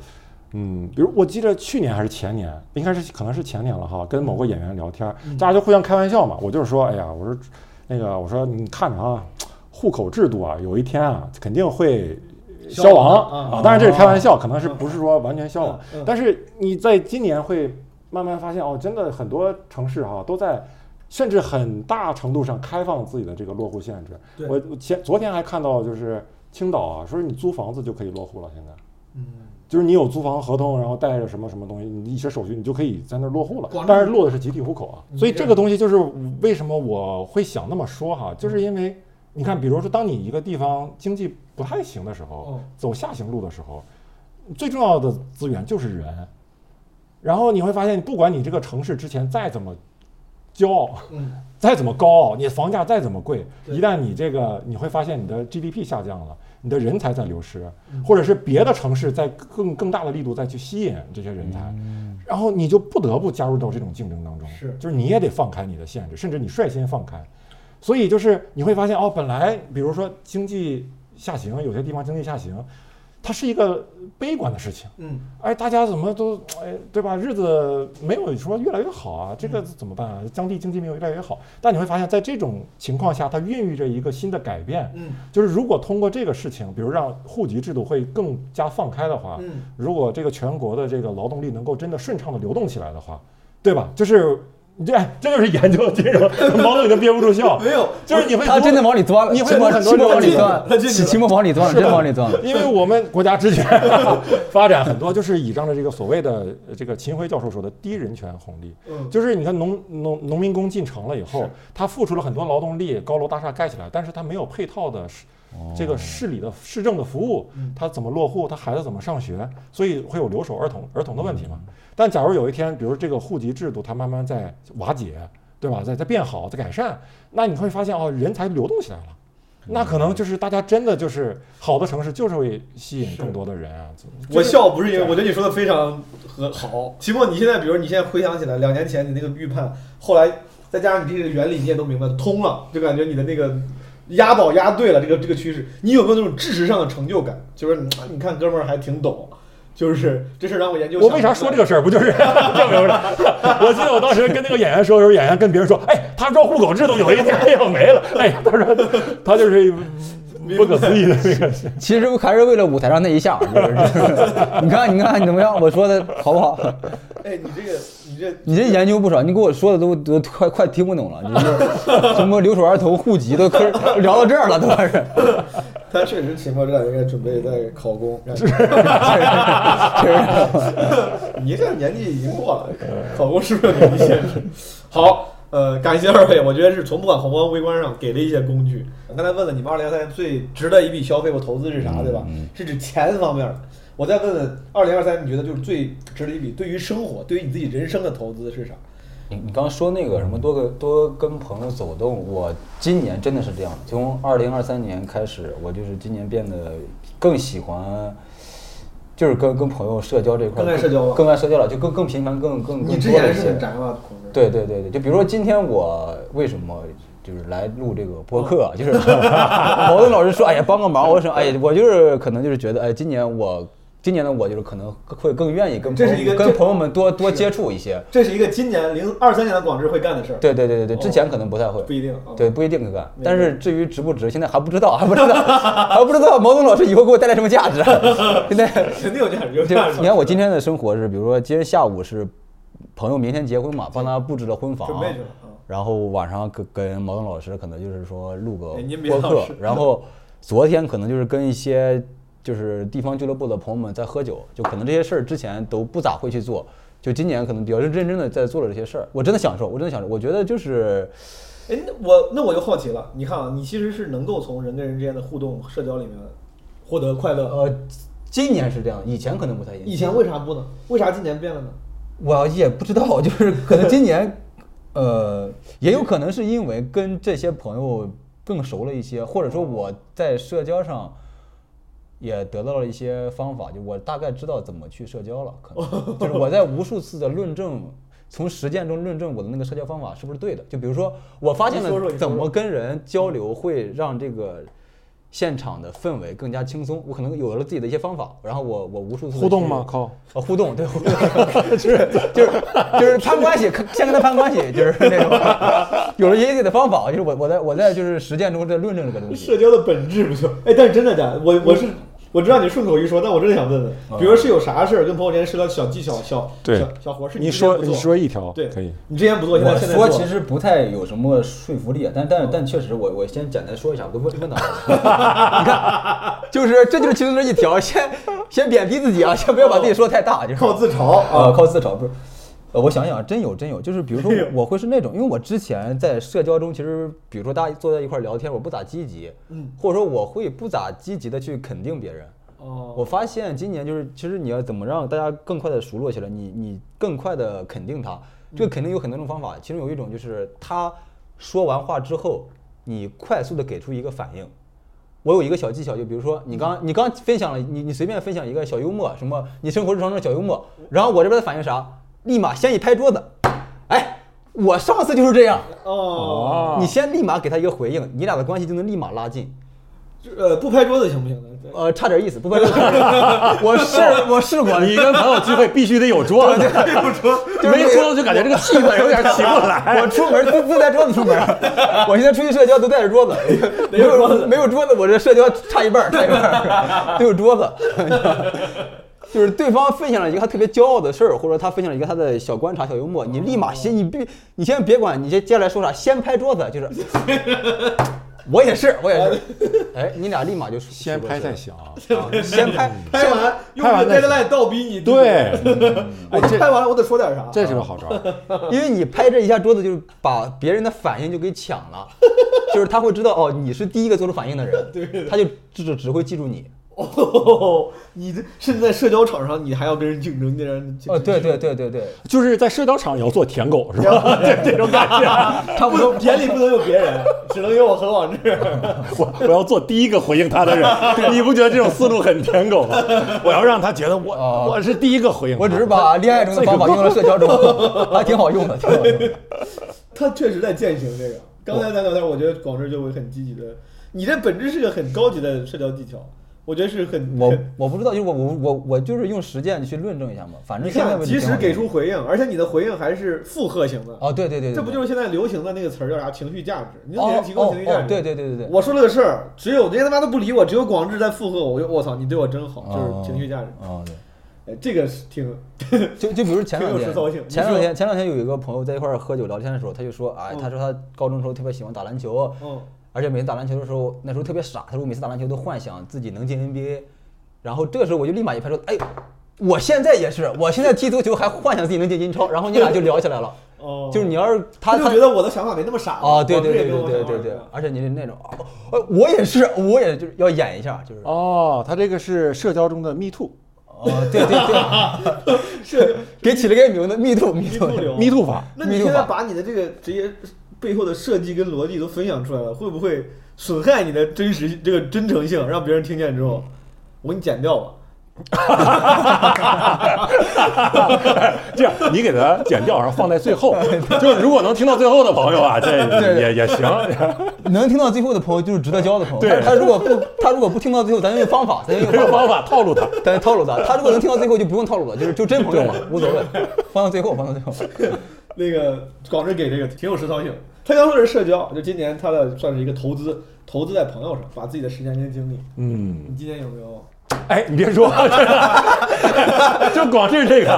Speaker 5: 嗯，比如我记得去年还是前年，应该是可能是前年了哈，跟某个演员聊天儿，
Speaker 3: 嗯
Speaker 5: 大家就互相开玩笑嘛，我就是说，哎呀，我说那个，我说你看着啊，户口制度啊，有一天啊，肯定会。消
Speaker 3: 消亡
Speaker 5: 亡
Speaker 3: 啊
Speaker 5: 啊！当然这是开玩笑，可能是不是说完全消亡，
Speaker 3: 嗯
Speaker 5: 但是你在今年会慢慢发现哦，真的很多城市哈、都在，甚至很大程度上开放自己的这个落户限制。
Speaker 3: 对
Speaker 5: 我我前昨天还看到就是青岛啊，说是你租房子就可以落户了，现在
Speaker 3: 嗯。
Speaker 5: 就是你有租房合同，然后带着什么什么东西，你一些手续，你就可以在那儿落户了
Speaker 3: 广。州
Speaker 5: 但是落的是集体户口啊，
Speaker 3: 嗯
Speaker 5: 所以这个东西就是为什么我会想那么说哈，就是因为你看，比如说当你一个地方经济不太行的时候
Speaker 3: 哦，
Speaker 5: 走下行路的时候，最重要的资源就是人。然后你会发现，不管你这个城市之前再怎么骄傲，
Speaker 3: 嗯，
Speaker 5: 再怎么高傲，你房价再怎么贵，
Speaker 3: 对
Speaker 5: 一旦你这个，你会发现你的 GDP 下降了，你的人才在流失，
Speaker 3: 嗯
Speaker 5: 或者是别的城市在更更大的力度再去吸引这些人才，然后你就不得不加入到这种竞争当中，
Speaker 3: 嗯是
Speaker 5: 就是你也得放开你的限制，甚至你率先放开，所以就是你会发现哦，本来比如说经济下行，有些地方经济下行，它是一个悲观的事情。
Speaker 3: 嗯，
Speaker 5: 哎，大家怎么都哎，对吧？日子没有说越来越好啊，这个
Speaker 3: 嗯
Speaker 5: 怎么办啊？当地经济没有越来越好，但你会发现在这种情况下，它孕育着一个新的改变。
Speaker 3: 嗯，
Speaker 5: 就是如果通过这个事情，比如让户籍制度会更加放开的话，
Speaker 3: 嗯，
Speaker 5: 如果这个全国的这个劳动力能够真的顺畅的流动起来的话，对吧？就是你这哎这就是研究金 融，毛总已经憋不住笑，
Speaker 3: 没有
Speaker 5: 就是你会
Speaker 4: 他真的往里钻了，
Speaker 5: 你会
Speaker 4: 期
Speaker 5: 有
Speaker 4: 末
Speaker 5: 很多
Speaker 4: 期末往里
Speaker 5: 这种
Speaker 3: 他
Speaker 4: 钻，
Speaker 3: 进去了
Speaker 4: 期末往里钻了，真往里钻了。
Speaker 5: 因为我们国家之前发展很多就是倚仗着这个所谓的呃这个秦晖教授说的低人权红利，
Speaker 3: 嗯
Speaker 5: 就是你看农农农民工进城了以后，他付出了很多劳动力，高楼大厦盖起来，但是他没有配套的市这个市里的市政的服务，他怎么落户，他孩子怎么上学，所以会有留守儿童儿童的问题嘛。但假如有一天，比如这个户籍制度它慢慢在瓦解，对吧，在在变好，在改善，那你会发现哦，人才流动起来了。
Speaker 6: 嗯
Speaker 5: 那可能就是大家真的就是好的城市就是会吸引更多的人啊，
Speaker 3: 我笑不是因为我觉得你说的非常和好。期末，你现在比如你现在回想起来，两年前你那个预判，后来再加上你这个原理，你也都明白通了，就感觉你的那个押宝押对了，这个这个趋势，你有没有那种知识上的成就感？就是嗯你看哥们儿还挺懂，就是这事儿让我研究。
Speaker 5: 我为啥说这个？事儿？不就是证明了？ 我记得我当时跟那个演员说的时候，演员跟别人说：“哎，他说户口制度有一天要没 了。”哎呀，他说他就是不可思议的那个。
Speaker 4: 其实还是为了舞台上那一下，就是 你看，你看你怎么样？我说的好不好？
Speaker 3: 哎，你这个你这
Speaker 4: 你这研究不少，你给我说的都都快快听不懂了。你这什么留守儿童、户籍都可聊到这儿了，都开始。
Speaker 3: 他确实期末这两年应该准备在考 公，让你你这年纪已经过了，考公是不是有年纪限制？好，呃，感谢二位，我觉得是从不管宏观微观上给了一些工具。我刚才问了你们二零二三年最值得一笔消费或投资是
Speaker 4: 嗯
Speaker 3: 啥，对吧？是指钱方面的。我再问问二零二三，你觉得就是最值得一笔对于生活、对于你自己人生的投资是啥？
Speaker 4: 你你刚刚说那个什么多个多跟朋友走动，我今年真的是这样。从二零二三年开始，我就是今年变得更喜欢，就是跟跟朋友社交这一块
Speaker 3: 更爱社交了
Speaker 4: 更爱社交了，就更更频繁，更更
Speaker 3: 你
Speaker 4: 更
Speaker 3: 之
Speaker 4: 嗯多了
Speaker 3: 前
Speaker 4: 一
Speaker 3: 是
Speaker 4: 些。
Speaker 3: 很宅吗？孔志
Speaker 4: 对对对对，就比如说今天我为什么就是来录这个播
Speaker 3: 嗯
Speaker 4: 客啊，就是 毛盾老师说，哎呀帮个忙，我说哎呀我就是可能就是觉得哎今年我。今年的我就是可能会更愿意跟朋
Speaker 3: 这是
Speaker 4: 友
Speaker 3: 一个
Speaker 4: 跟
Speaker 3: 这
Speaker 4: 朋友们多多接触一些，
Speaker 3: 这是一个今年零二三年的广志会干的事儿。
Speaker 4: 对对对对对，之
Speaker 3: 哦
Speaker 4: 前可能不太会，
Speaker 3: 不一定啊
Speaker 4: 对不一定干。但是至于值不值，现在还不知道，还不知道，还不知道毛东老师以后给我带来什么价值。啊现在
Speaker 3: 肯定有这样有这
Speaker 4: 就
Speaker 3: 样的。
Speaker 4: 你看我今天的生活是，比如说今天下午是朋友明天结婚嘛，帮他布置了婚房，
Speaker 3: 准备去了嗯
Speaker 4: 然后晚上跟跟毛东老师可能就是说录个
Speaker 3: 哎您别
Speaker 4: 播
Speaker 3: 老
Speaker 4: 客
Speaker 3: 是，
Speaker 4: 然后昨天可能就是跟一些就是地方俱乐部的朋友们在喝酒，就可能这些事儿之前都不咋会去做。就今年可能比较认真的在做了这些事儿，我真的享受，我真的享受。我觉得就是，
Speaker 3: 哎，那我那我就好奇了，你看啊，你其实是能够从人跟人之间的互动、社交里面获得快乐。
Speaker 4: 呃，今年是这样，以前可能不太一样。
Speaker 3: 以前为啥不呢？为啥今年变了呢？
Speaker 4: 我也不知道， 就是可能今年，呃，也有可能是因为跟这些朋友更熟了一些，或者
Speaker 3: 哦
Speaker 4: 说我在社交上也得到了一些方法，就我大概知道怎么去社交了。可 能就是我在无数次的论证，从实践中论证我的那个社交方法是不是对的。就比如说，我发现
Speaker 3: 你说说
Speaker 4: 了
Speaker 3: 你说说
Speaker 4: 怎么跟人交流会让这个。现场的氛围更加轻松，我可能有了自己的一些方法，然后我我无数次地
Speaker 5: 互动
Speaker 4: 去
Speaker 5: 吗靠
Speaker 4: 啊，互动对，互动就是就是就是攀关系，看先跟他攀关系，就是那种有了一定的方法，就是我我在我在就是实践中在论证这个东西。
Speaker 3: 社交的本质不就？哎，但是真的假的？我啊我是我知道你顺口一说，但我真的想问问，比如是有啥事儿跟朋友之间社交小技巧、小
Speaker 5: 对
Speaker 3: 小小活儿，是之
Speaker 5: 你
Speaker 3: 前
Speaker 5: 说
Speaker 3: 不做
Speaker 5: 你说一条
Speaker 3: 对，
Speaker 5: 可以。
Speaker 3: 你之前不做，现
Speaker 4: 我
Speaker 3: 在现在做
Speaker 4: 说其实不太有什么说服力，啊但但但确实我，我先简单说一下，我问问他， 你看，就是这就是其中的一条，先先贬低自己啊，先不要把自己说得太大，就是
Speaker 3: 靠自嘲
Speaker 4: 啊，
Speaker 3: 啊，哎
Speaker 4: 靠自嘲不是。呃，我想想啊，真有真有，就是比如说我会是那种，因为我之前在社交中，其实比如说大家坐在一块儿聊天，我不咋积极，
Speaker 3: 嗯，
Speaker 4: 或者说我会不咋积极的去肯定别人。
Speaker 3: 哦
Speaker 4: 我发现今年就是，其实你要怎么让大家更快的熟络起来，你你更快的肯定他，
Speaker 3: 嗯
Speaker 4: 这个肯定有很多种方法，其中有一种就是他说完话之后，你快速的给出一个反应。我有一个小技巧，就比如说你刚你刚分享了，你你随便分享一个小幽默，什么你生活日常中的小幽默，然后我这边的反应啥，立马先一拍桌子，哎，我上次就是这样，
Speaker 3: 哦，
Speaker 5: 哦
Speaker 4: 你先立马给他一个回应，你俩的关系就能立马拉近。
Speaker 3: 就呃，不拍桌子行不行呢？对
Speaker 4: 呃，差点意思，不拍桌子。我试我试过，
Speaker 6: 你跟朋友聚会必须得有桌 子，没桌子就感觉这个气氛有点起不 来。
Speaker 4: 我出门自自带桌子出门，我现在出去社交都带着桌子，没有桌子，没有桌子，我这社交差一半儿，差一半儿，都有桌子。 就是对方分享了一个他特别骄傲的事儿，或者他分享了一个他的小观察、小幽默，你立马先，你必，你先别管，你先接下来说啥，先拍桌子，就是， 我也是，我也 是，哎，你俩立马就
Speaker 5: 先拍再想。
Speaker 4: 啊， 先拍，
Speaker 3: 拍完用
Speaker 5: 拍完
Speaker 3: 这
Speaker 5: 再
Speaker 3: deadline 倒逼你，
Speaker 5: 对，
Speaker 3: 我
Speaker 5: 哎，
Speaker 3: 拍
Speaker 5: 这
Speaker 3: 完了我得说点啥？
Speaker 5: 这是个好招儿。
Speaker 4: 因为你拍这一下桌子，就是把别人的反应就给抢 了，就是他会知道哦，你是第一个做出反应的人，他就只只会记住你。
Speaker 3: 哦， 你这甚至在社交场上，你还要跟人竞争，竟然
Speaker 4: 哦，对对对对对，
Speaker 5: 就是在社交场也要做舔狗是 吧？这这种感觉，
Speaker 4: 差不多。
Speaker 3: 眼里不能有别人，只能有我和往志。
Speaker 5: 我我要做第一个回应他的 人，你不觉得这种思路很舔狗吗？ 我要让他觉得我、
Speaker 4: 哦
Speaker 5: 我是第一个回应 他。
Speaker 4: 我只是把恋爱中的方法用到了社交中， 还挺好用的，挺好 用的。
Speaker 3: 他确实在践行这个。刚才咱聊天，我觉得广志就会很积极的，你这本质是个很高级的社交技巧，我觉得是很
Speaker 4: 我
Speaker 3: 很
Speaker 4: 我不知道，就是我我我我就是用实践去论证一下嘛。反
Speaker 3: 你
Speaker 4: 正现在
Speaker 3: 看
Speaker 4: 问题
Speaker 3: 及
Speaker 4: 挺
Speaker 3: 时
Speaker 4: 好用的
Speaker 3: 给出回应，而且你的回应还是附和型的。
Speaker 4: 哦，对对对对，
Speaker 3: 这不就是现在流行的那个词儿叫啥？情绪价值，你能给人
Speaker 4: 哦
Speaker 3: 提供
Speaker 4: 哦
Speaker 3: 情绪价
Speaker 4: 哦
Speaker 3: 值。，
Speaker 4: 对对对对对，
Speaker 3: 我说了个事儿，只有人家他妈都不理我，只有广志在附和我。我就我操，你对我真好，就是情绪价值。
Speaker 4: 哦对。
Speaker 3: 哎，这个是 挺
Speaker 4: 就就比如前两
Speaker 3: 挺有实
Speaker 4: 天
Speaker 3: 操性，
Speaker 4: 前
Speaker 3: 你
Speaker 4: 两
Speaker 3: 说
Speaker 4: 天前两天有一个朋友在一块儿喝酒聊天的时候，他就说，哎，
Speaker 3: 嗯
Speaker 4: 他说他高中时候特别喜欢打篮球，
Speaker 5: 哦
Speaker 3: 嗯
Speaker 4: 而且每次打篮球的时候，那时候特别傻，他说我每次打篮球都幻想自己能进 NBA，然后这个时候我就立马一拍桌子，哎，我现在也是，我现在踢足球还幻想自己能进英超，然后你俩就聊起来了，
Speaker 3: 哦，
Speaker 4: 就是你要是他
Speaker 3: 就
Speaker 4: 他
Speaker 3: 觉得我的想法没那么傻
Speaker 5: 哦
Speaker 4: 啊，对对对
Speaker 3: 广志也跟
Speaker 4: 对对
Speaker 3: 我
Speaker 4: 对
Speaker 3: 想法
Speaker 4: 对
Speaker 3: 一样，
Speaker 4: 而且你是那种，哦哦我也是，我也就是要演一下，就是。
Speaker 5: 哦，他这个是社交中的 me too，me
Speaker 4: 哦，对对对，
Speaker 3: 是
Speaker 4: 给起了个名字，密度密度
Speaker 3: 密度流
Speaker 5: too 法。
Speaker 3: 那你
Speaker 4: 密度
Speaker 3: 现在
Speaker 4: 法
Speaker 3: 把你的这个职业背后的设计跟逻辑都分享出来了，会不会损害你的真实这个真诚性？让别人听见之后，我给你剪掉吧。
Speaker 5: 这样你给它剪掉，然后放在最 后。就是如果能听到最后的朋友啊，这也也行。
Speaker 4: 能听到最后的朋友就是值得交的朋友。
Speaker 5: 对
Speaker 4: 但是他如果不，他如果不听到最后，咱用方法，咱用
Speaker 5: 这个
Speaker 4: 方法，
Speaker 5: 方法套路他。
Speaker 4: 咱套路他。他如果能听到最后，就不用套路了，就是就真朋友嘛，无所谓，放到最后，放到最后。
Speaker 3: 那个广志给这个挺有实操性。他刚说的是社交，就今年他的算是一个投资，投资在朋友上，把自己的时间跟精力。
Speaker 5: 嗯，
Speaker 3: 你今年有没有？
Speaker 5: 哎，你别说，真的， 就光是这 个，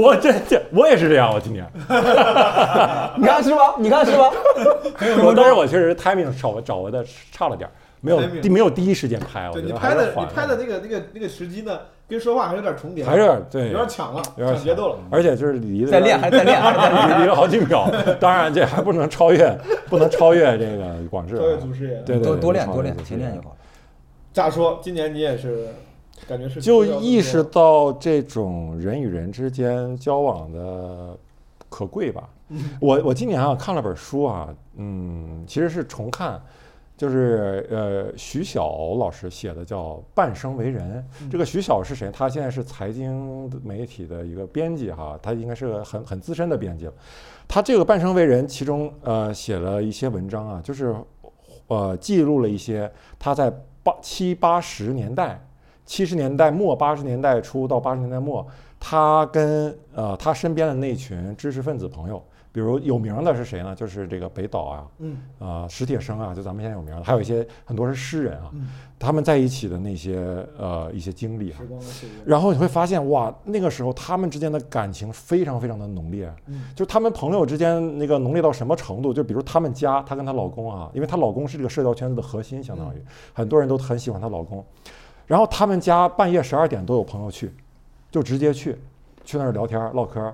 Speaker 5: 我这这我也是这样，我今年。
Speaker 4: 你看是吧？你看是 吧？
Speaker 5: 我但是我确实 timing 找找我的差了点儿，没有
Speaker 3: timing
Speaker 5: 第没有第一时间拍，我
Speaker 3: 对
Speaker 5: 觉
Speaker 3: 你
Speaker 5: 得
Speaker 3: 拍
Speaker 5: 还
Speaker 3: 的
Speaker 5: 是
Speaker 3: 你
Speaker 5: 缓
Speaker 3: 拍的那个那个那个时机呢，跟说话还有点重叠，
Speaker 5: 还是有点对
Speaker 3: 有点抢了，
Speaker 5: 有点
Speaker 3: 抢节奏了。
Speaker 5: 而且就是离的
Speaker 4: 再练，还再练，还再练。
Speaker 5: 离了好几 秒。当然这还不能超越，不能超越这个广智啊，
Speaker 3: 超越祖师爷
Speaker 5: 对对，
Speaker 4: 多
Speaker 5: 对
Speaker 4: 多练
Speaker 5: 超越
Speaker 4: 多练
Speaker 5: 祖，师
Speaker 4: 勤
Speaker 5: 爷
Speaker 4: 练就好。
Speaker 3: 咋说？今年你也是，感觉是
Speaker 5: 就意识到这种人与人之间交往的可贵吧。我我今年啊看了本书啊，嗯，其实是重看，就是呃徐晓老师写的叫《半生为人》。这个徐晓是谁？他现在是财经媒体的一个编辑哈，他应该是个很很资深的编辑了。他这个《半生为人》其中呃写了一些文章啊，就是呃记录了一些他在八七八十年代七十年代末、八十年代初到八十年代末，他跟呃他身边的那群知识分子朋友，比如有名的是谁呢？就是这个北岛啊，
Speaker 3: 嗯，
Speaker 5: 啊、史铁生啊，就咱们现在有名的，还有一些很多是诗人啊，他们在一起的那些呃一些经历啊
Speaker 3: 时，光的岁月。
Speaker 5: 然后你会发现，哇，那个时候他们之间的感情非常非常的浓烈，就他们朋友之间那个浓烈到什么程度？就比如他们家，她跟她老公啊，因为她老公是这个社交圈子的核心，相当于、很多人都很喜欢她老公。然后他们家半夜十二点都有朋友去，就直接去，去那儿聊天儿唠嗑儿。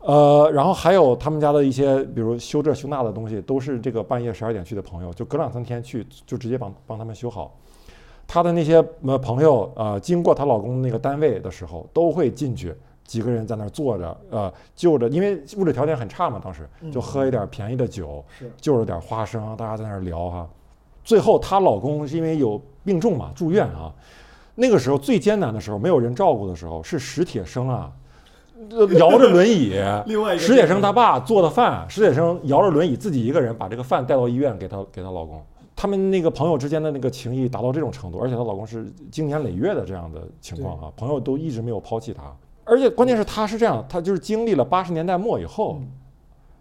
Speaker 5: 呃，然后还有他们家的一些，比如修这修那的东西，都是这个半夜十二点去的朋友，就隔两三天去，就直接帮帮他们修好。她的那些呃朋友，呃，经过她老公那个单位的时候，都会进去几个人在那儿坐着，呃，就着，因为物质条件很差嘛，当时就喝一点便宜的酒，
Speaker 3: 是。
Speaker 5: 就着点花生，大家在那儿聊哈、最后她老公是因为有病重嘛，住院啊。那个时候最艰难的时候，没有人照顾的时候，是史铁生啊，呃摇着轮椅
Speaker 3: 另外一个
Speaker 5: 史铁生他爸做的饭，史铁生摇着轮椅自己一个人把这个饭带到医院给她给她老公。他们那个朋友之间的那个情谊达到这种程度，而且她老公是经年累月的这样的情况啊，朋友都一直没有抛弃她。而且关键是她是这样，她就是经历了八十年代末以后，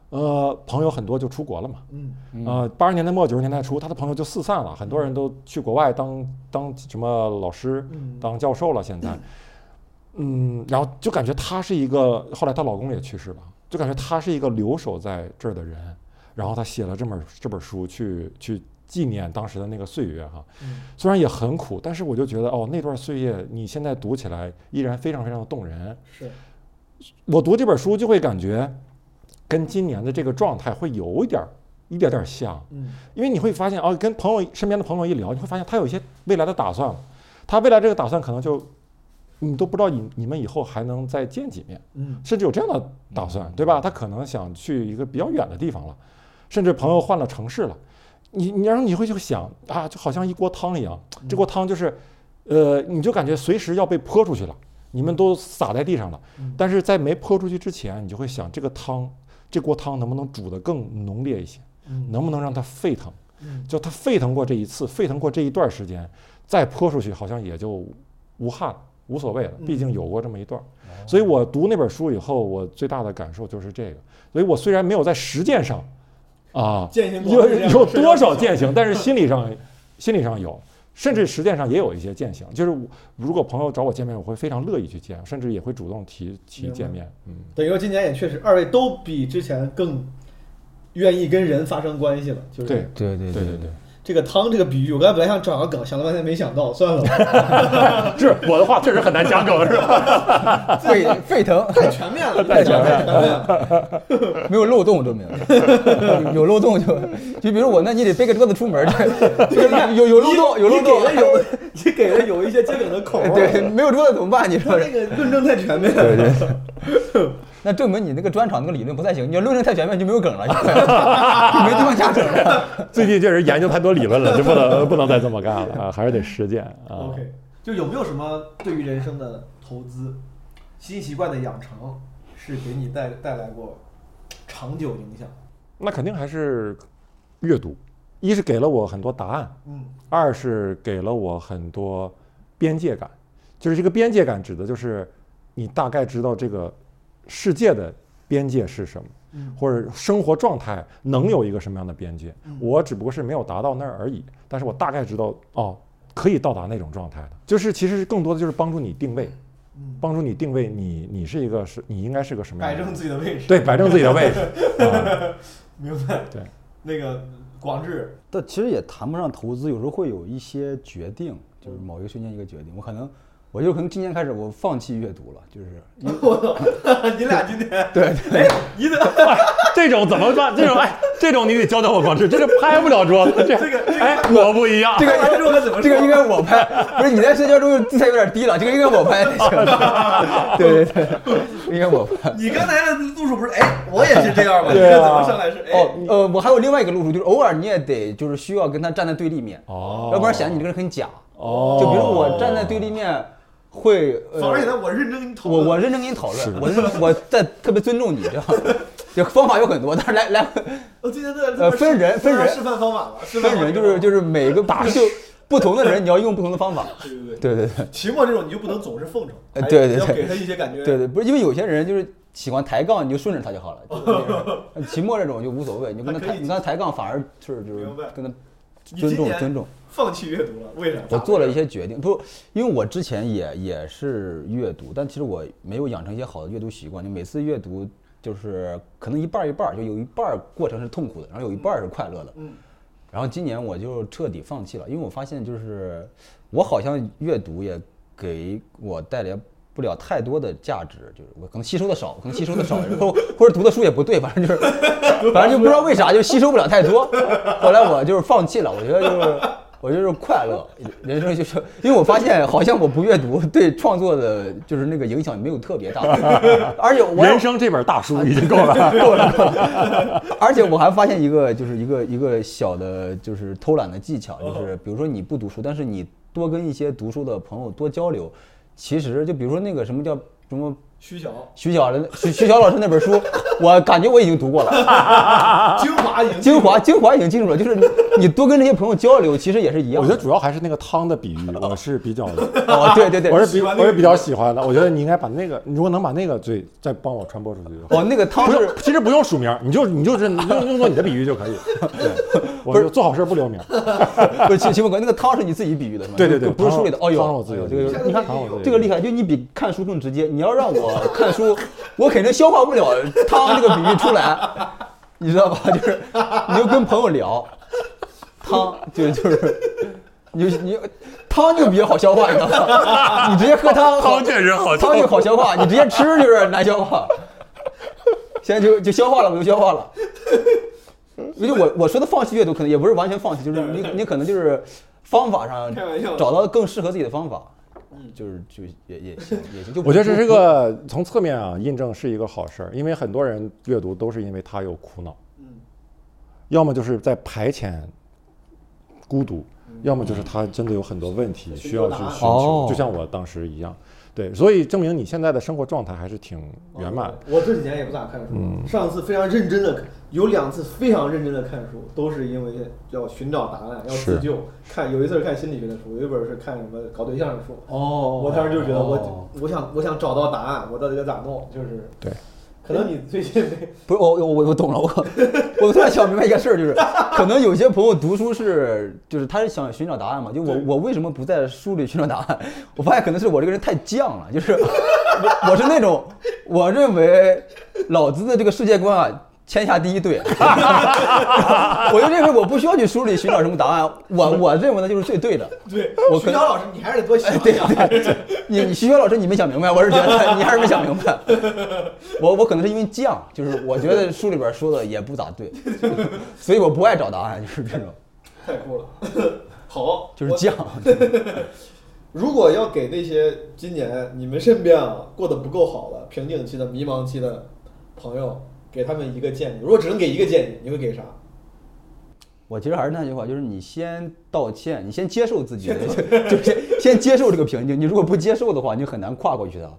Speaker 5: 呃，朋友很多就出国了嘛，
Speaker 3: 嗯，
Speaker 5: 呃，八十年代末九十年代初，他的朋友就四散了，很多人都去国外当当什么老师、当教授了。现在，嗯，然后就感觉她是一个，后来她老公也去世了，就感觉她是一个留守在这儿的人。然后她写了这本这本书去去纪念当时的那个岁月哈，虽然也很苦，但是我就觉得哦，那段岁月你现在读起来依然非常非常的动人。
Speaker 3: 是
Speaker 5: 我读这本书就会感觉跟今年的这个状态会有一点儿一点点儿像，
Speaker 3: 嗯，
Speaker 5: 因为你会发现哦，跟朋友身边的朋友一聊，你会发现他有一些未来的打算了，他未来这个打算可能就你都不知道你你们以后还能再见几面，
Speaker 3: 嗯，
Speaker 5: 甚至有这样的打算，对吧？他可能想去一个比较远的地方了，甚至朋友换了城市了，你你然后你会去想啊，就好像一锅汤一样，这锅汤就是，呃，你就感觉随时要被泼出去了，你们都洒在地上了，但是在没泼出去之前，你就会想这个汤，这锅汤能不能煮得更浓烈一些，能不能让它沸腾，就它沸腾过这一次，沸腾过这一段时间，再泼出去好像也就无憾了，无所谓了，毕竟有过这么一段儿。所以我读那本书以后，我最大的感受就是这个。所以我虽然没有在实践上啊
Speaker 3: 践行广
Speaker 5: 有
Speaker 3: 义这样的
Speaker 5: 有
Speaker 3: 事儿
Speaker 5: 多少践行，但是心理上心理上有，甚至实践上也有一些践行。就是我如果朋友找我见面，我会非常乐意去见，甚至也会主动提提
Speaker 3: 明白
Speaker 5: 见面。嗯，
Speaker 3: 等于说今年也确实，二位都比之前更愿意跟人发生关系了，就是
Speaker 5: 对
Speaker 4: 对对
Speaker 5: 对对对。
Speaker 3: 这个汤这个比喻，我刚才本来想找个梗，想了半天没想到，算了吧，
Speaker 6: 是我的话确实很难加梗，是吧？
Speaker 4: 沸沸腾，
Speaker 3: 太全面了，太全面了，
Speaker 4: 没有漏洞证明，有 漏洞就就比如我，那你得背个桌子出门去， 这有有漏洞，有漏洞，
Speaker 3: 你给了有，你给了有一些接梗的口儿，
Speaker 4: 对，没有桌子怎么办？你说
Speaker 3: 这个论证太全面了，对对，
Speaker 4: 那证明你那个专场那个理论不太行，你要论证太全面就没有梗了，就 就没地方加梗了。
Speaker 5: 最近确实研究太多理论了，就不能不能再这么干了啊，还是得实践啊。
Speaker 3: OK，就有没有什么对于人生的投资、新习惯的养成，是给你带带来过长久影响？
Speaker 5: 那肯定还是阅读，一是给了我很多答案，
Speaker 3: 嗯
Speaker 5: 二是给了我很多边界感，就是这个边界感指的就是你大概知道这个世界的边界是什么，
Speaker 3: 嗯
Speaker 5: 或者生活状态能有一个什么样的边界。我只不过是没有达到那儿而已，但是我大概知道哦，可以到达那种状态的。就是其实是更多的就是帮助你定位，
Speaker 3: 嗯，
Speaker 5: 帮助你定位你你是一个是你应该是个
Speaker 4: 嗯
Speaker 5: 什么样
Speaker 3: 摆
Speaker 5: 的人，
Speaker 3: 正自己的位置。
Speaker 5: 对摆正自己的 位置。啊
Speaker 3: 明白。
Speaker 5: 对，
Speaker 3: 那个广智，
Speaker 4: 但其实也谈不上投资，有时候会有一些决定，就是某一个瞬间一个决定。我可能，我就可能今年开始我放弃阅读了， 就是
Speaker 3: 我操， 你俩今天
Speaker 4: 嗯 对，
Speaker 3: 哎，你怎么
Speaker 6: 这种怎么办？这种哎，这种你得教教我广志，这是拍不了桌子。这
Speaker 3: 这个这个
Speaker 6: 哎，我不一样。
Speaker 4: 这
Speaker 3: 看完
Speaker 4: 个
Speaker 3: 之后可怎么说？
Speaker 4: 这个应该我拍，不是你在社交中姿态有点低了，这个应该我拍才 行。对对对，应该我拍。
Speaker 3: 你刚才的路数不是？哎，我也是这样吧？你
Speaker 5: 对啊
Speaker 3: 看怎么上来是？哎，
Speaker 4: 哦，呃，我还有另外一个路数，就是偶尔你也得就是需要跟他站在对立面，
Speaker 5: 哦
Speaker 4: 要不然显得你这个人很假。
Speaker 5: 哦
Speaker 4: 就比如我站在对立面，会呃
Speaker 3: 反而现在我认真跟你讨
Speaker 4: 我
Speaker 3: 论，
Speaker 4: 我认真跟你讨论，我认我在特别尊重你，这样，就方法有很多，但是 来来
Speaker 3: 我哦今天在
Speaker 4: 呃分人分人
Speaker 3: 示范方法了，示范
Speaker 4: 分人就是就是每个 把就不同的人你要用不同的方法，
Speaker 3: 对对对。
Speaker 4: 对对对
Speaker 3: 期末这种你就不能总是奉承，
Speaker 4: 呃
Speaker 3: 还
Speaker 4: 对对
Speaker 3: 要
Speaker 4: 对
Speaker 3: 给他一些感觉。
Speaker 4: 对对，不是因为有些人就是喜欢抬杠，你就顺着他就好 了，就是那种秦末这种就无所谓，你就跟他
Speaker 3: 还可
Speaker 4: 抬
Speaker 3: 以
Speaker 4: 你跟他抬杠反而是就是
Speaker 3: 明白
Speaker 4: 跟他
Speaker 3: 你今
Speaker 4: 尊重
Speaker 3: 年
Speaker 4: 尊重。
Speaker 3: 放弃阅读了，为啥？
Speaker 4: 我做了一些决定，不，因为我之前也也是阅读，但其实我没有养成一些好的阅读习惯，就每次阅读就是可能一半儿一半儿，就有一半儿过程是痛苦的，然后有一半儿是快乐的。
Speaker 3: 嗯
Speaker 4: 然后今年我就彻底放弃了，因为我发现就是我好像阅读也给我带来不了太多的价值，就是我可能吸收的少，可能吸收的少，然后或者读的书也不对，反正就是反正就不知道为啥就吸收不了太多。后来我就是放弃了，我觉得就是我就是快乐，人生就是因为我发现好像我不阅读对创作的就是那个影响没有特别大，而且我
Speaker 5: 人生这本大书已经够了。
Speaker 4: 够了，够了。 而且我还发现一个，就是一个一个小的，就是偷懒的技巧，就是比如说你不读书，但是你多跟一些读书的朋友多交流，其实就比如说那个什么叫什么。
Speaker 3: 虚小
Speaker 4: 徐晓的徐徐晓老师那本书， 我感觉我已经读过了， 啊
Speaker 3: 精华已经
Speaker 4: 精华精华已经进入了。就是你你多跟这些朋友交流，其实也是一
Speaker 5: 我
Speaker 4: 样
Speaker 5: 觉得
Speaker 4: 的。
Speaker 5: 主要还是那个汤的比喻，我是比 较，
Speaker 4: 哦，对对对，
Speaker 5: 我是比
Speaker 3: 喜欢那
Speaker 5: 我
Speaker 3: 个
Speaker 5: 是比较喜欢的。我觉得你应该把那个，你如果能把那个最再帮我传播出去就 好。
Speaker 4: 哦那个汤
Speaker 5: 不
Speaker 4: 是
Speaker 5: 是，其实不用署名，你就你就是用用作你的比喻就可以。对，我就做好事不留名。
Speaker 4: 不是秦秦文哥那个汤是你自己比喻的是吗？
Speaker 5: 对对对，
Speaker 4: 不是书里的。
Speaker 5: 汤
Speaker 4: 哦
Speaker 5: 是
Speaker 4: 呦，
Speaker 5: 汤是我自己的
Speaker 4: 哎呦这个
Speaker 5: 比喻，你看汤我自己的
Speaker 4: 这个厉害，就你比看书更直接。你要让我看书，我肯定消化不了汤这个比喻出来，你知道吧？就是你就跟朋友聊，汤就就是。你就你汤就比较好消化，你知道吗？你直接喝汤，
Speaker 6: 汤确实
Speaker 5: 哦
Speaker 6: 好消化
Speaker 4: 汤就好消化，你直接吃就是 难消化。现在就就消化了，我就消化了。因为我我说的放弃阅读，可能也不是完全放弃，就是你你可能就是方法上
Speaker 3: 开玩笑嗯
Speaker 4: 找到更适合自己的方法，就是就也也行也行。就不
Speaker 5: 我觉得这是个从侧面啊印证是一个好事儿，因为很多人阅读都是因为他有苦恼，
Speaker 4: 嗯
Speaker 5: 要么就是在排遣孤独，
Speaker 4: 嗯
Speaker 5: 要么就是他真的有很多问题需要去寻
Speaker 4: 哦
Speaker 5: 求，就像我当时一样。对，所以证明你现在的生活状态还是挺圆
Speaker 4: 哦
Speaker 5: 满的。
Speaker 3: 我这几年也不咋看书，
Speaker 4: 嗯
Speaker 3: 上次非常认真的，有两次非常认真的看书，都是因为要寻找答案，要自
Speaker 5: 是
Speaker 3: 救。看有一次是看心理学的书，有一本是看什么搞对象的书。
Speaker 4: 哦
Speaker 3: 我当时就觉得我、我想我想找到答案，我到底该咋弄？就是
Speaker 5: 对，
Speaker 3: 可能你最近没
Speaker 4: 不是我我我我懂了，我 我突然想明白一个事儿，就是可能有些朋友读书是就是他是想寻找答案嘛，就我我为什么不在书里寻找答案？我发现可能是我这个人太犟了，就是 我我是那种我认为老子的这个世界观啊。天下第一对， 我就认为我不需要去书里寻找什么答案，我我认为那就是最对的。
Speaker 3: 对
Speaker 4: 我
Speaker 3: 徐
Speaker 4: 可
Speaker 3: 瑶老师，你还是得多想
Speaker 4: 哎，
Speaker 3: 想。
Speaker 4: 对对， 你你徐学老师你没想明白，我是觉得你还是没想明白。我我可能是因为犟，就是我觉得书里边说的也不咋对， 所以我不爱找答案，就是这种，
Speaker 3: 太酷了。 好，
Speaker 4: 就是
Speaker 3: 我
Speaker 4: 犟。
Speaker 3: 如果要给那些今年你们身边啊过得不够好的瓶颈期的、迷茫期的朋友，给他们一个建议，如果只能给一个建议，你会给啥？
Speaker 4: 我其实还是那句话，就是你先道歉，你先接受自己的， 就是先先接受这个瓶颈。你如果不接受的话，你就很难跨过去的，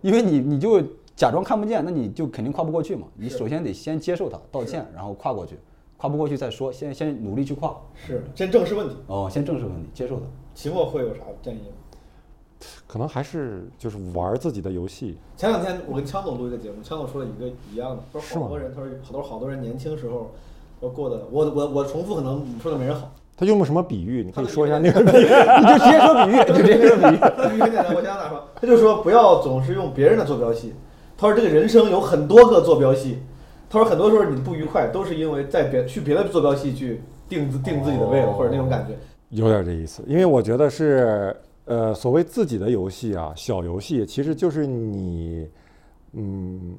Speaker 4: 因为你你就假装看不见，那你就肯定跨不过去嘛。你首先得先接受它，道歉，然后跨过去，跨不过去再说，先先努力去跨。
Speaker 3: 是先正视问题。
Speaker 4: 哦，先正视问题，接受它。
Speaker 3: 期末会有啥建议吗？
Speaker 5: 可能还是就是玩自己的游戏，
Speaker 3: 前两天我跟枪总录一个节目，枪总说了一个一样的，他说好多人，他说好多好多人年轻时候都过得，我我我重复可能说的没人好，
Speaker 5: 他用了什么比喻？你可以说一下那个比喻。
Speaker 4: 你就直接说比 喻，就直接 说比喻。
Speaker 3: 很简单，我想咋说？他就说不要总是用别人的坐标系。他说这个人生有很多个坐标系。他说很多时候你不愉快都是因为在别去别的坐标系去定自定自己的位了，或者那种感觉。
Speaker 5: 有点这意思，因为我觉得是，呃，所谓自己的游戏啊，小游戏，其实就是你，嗯，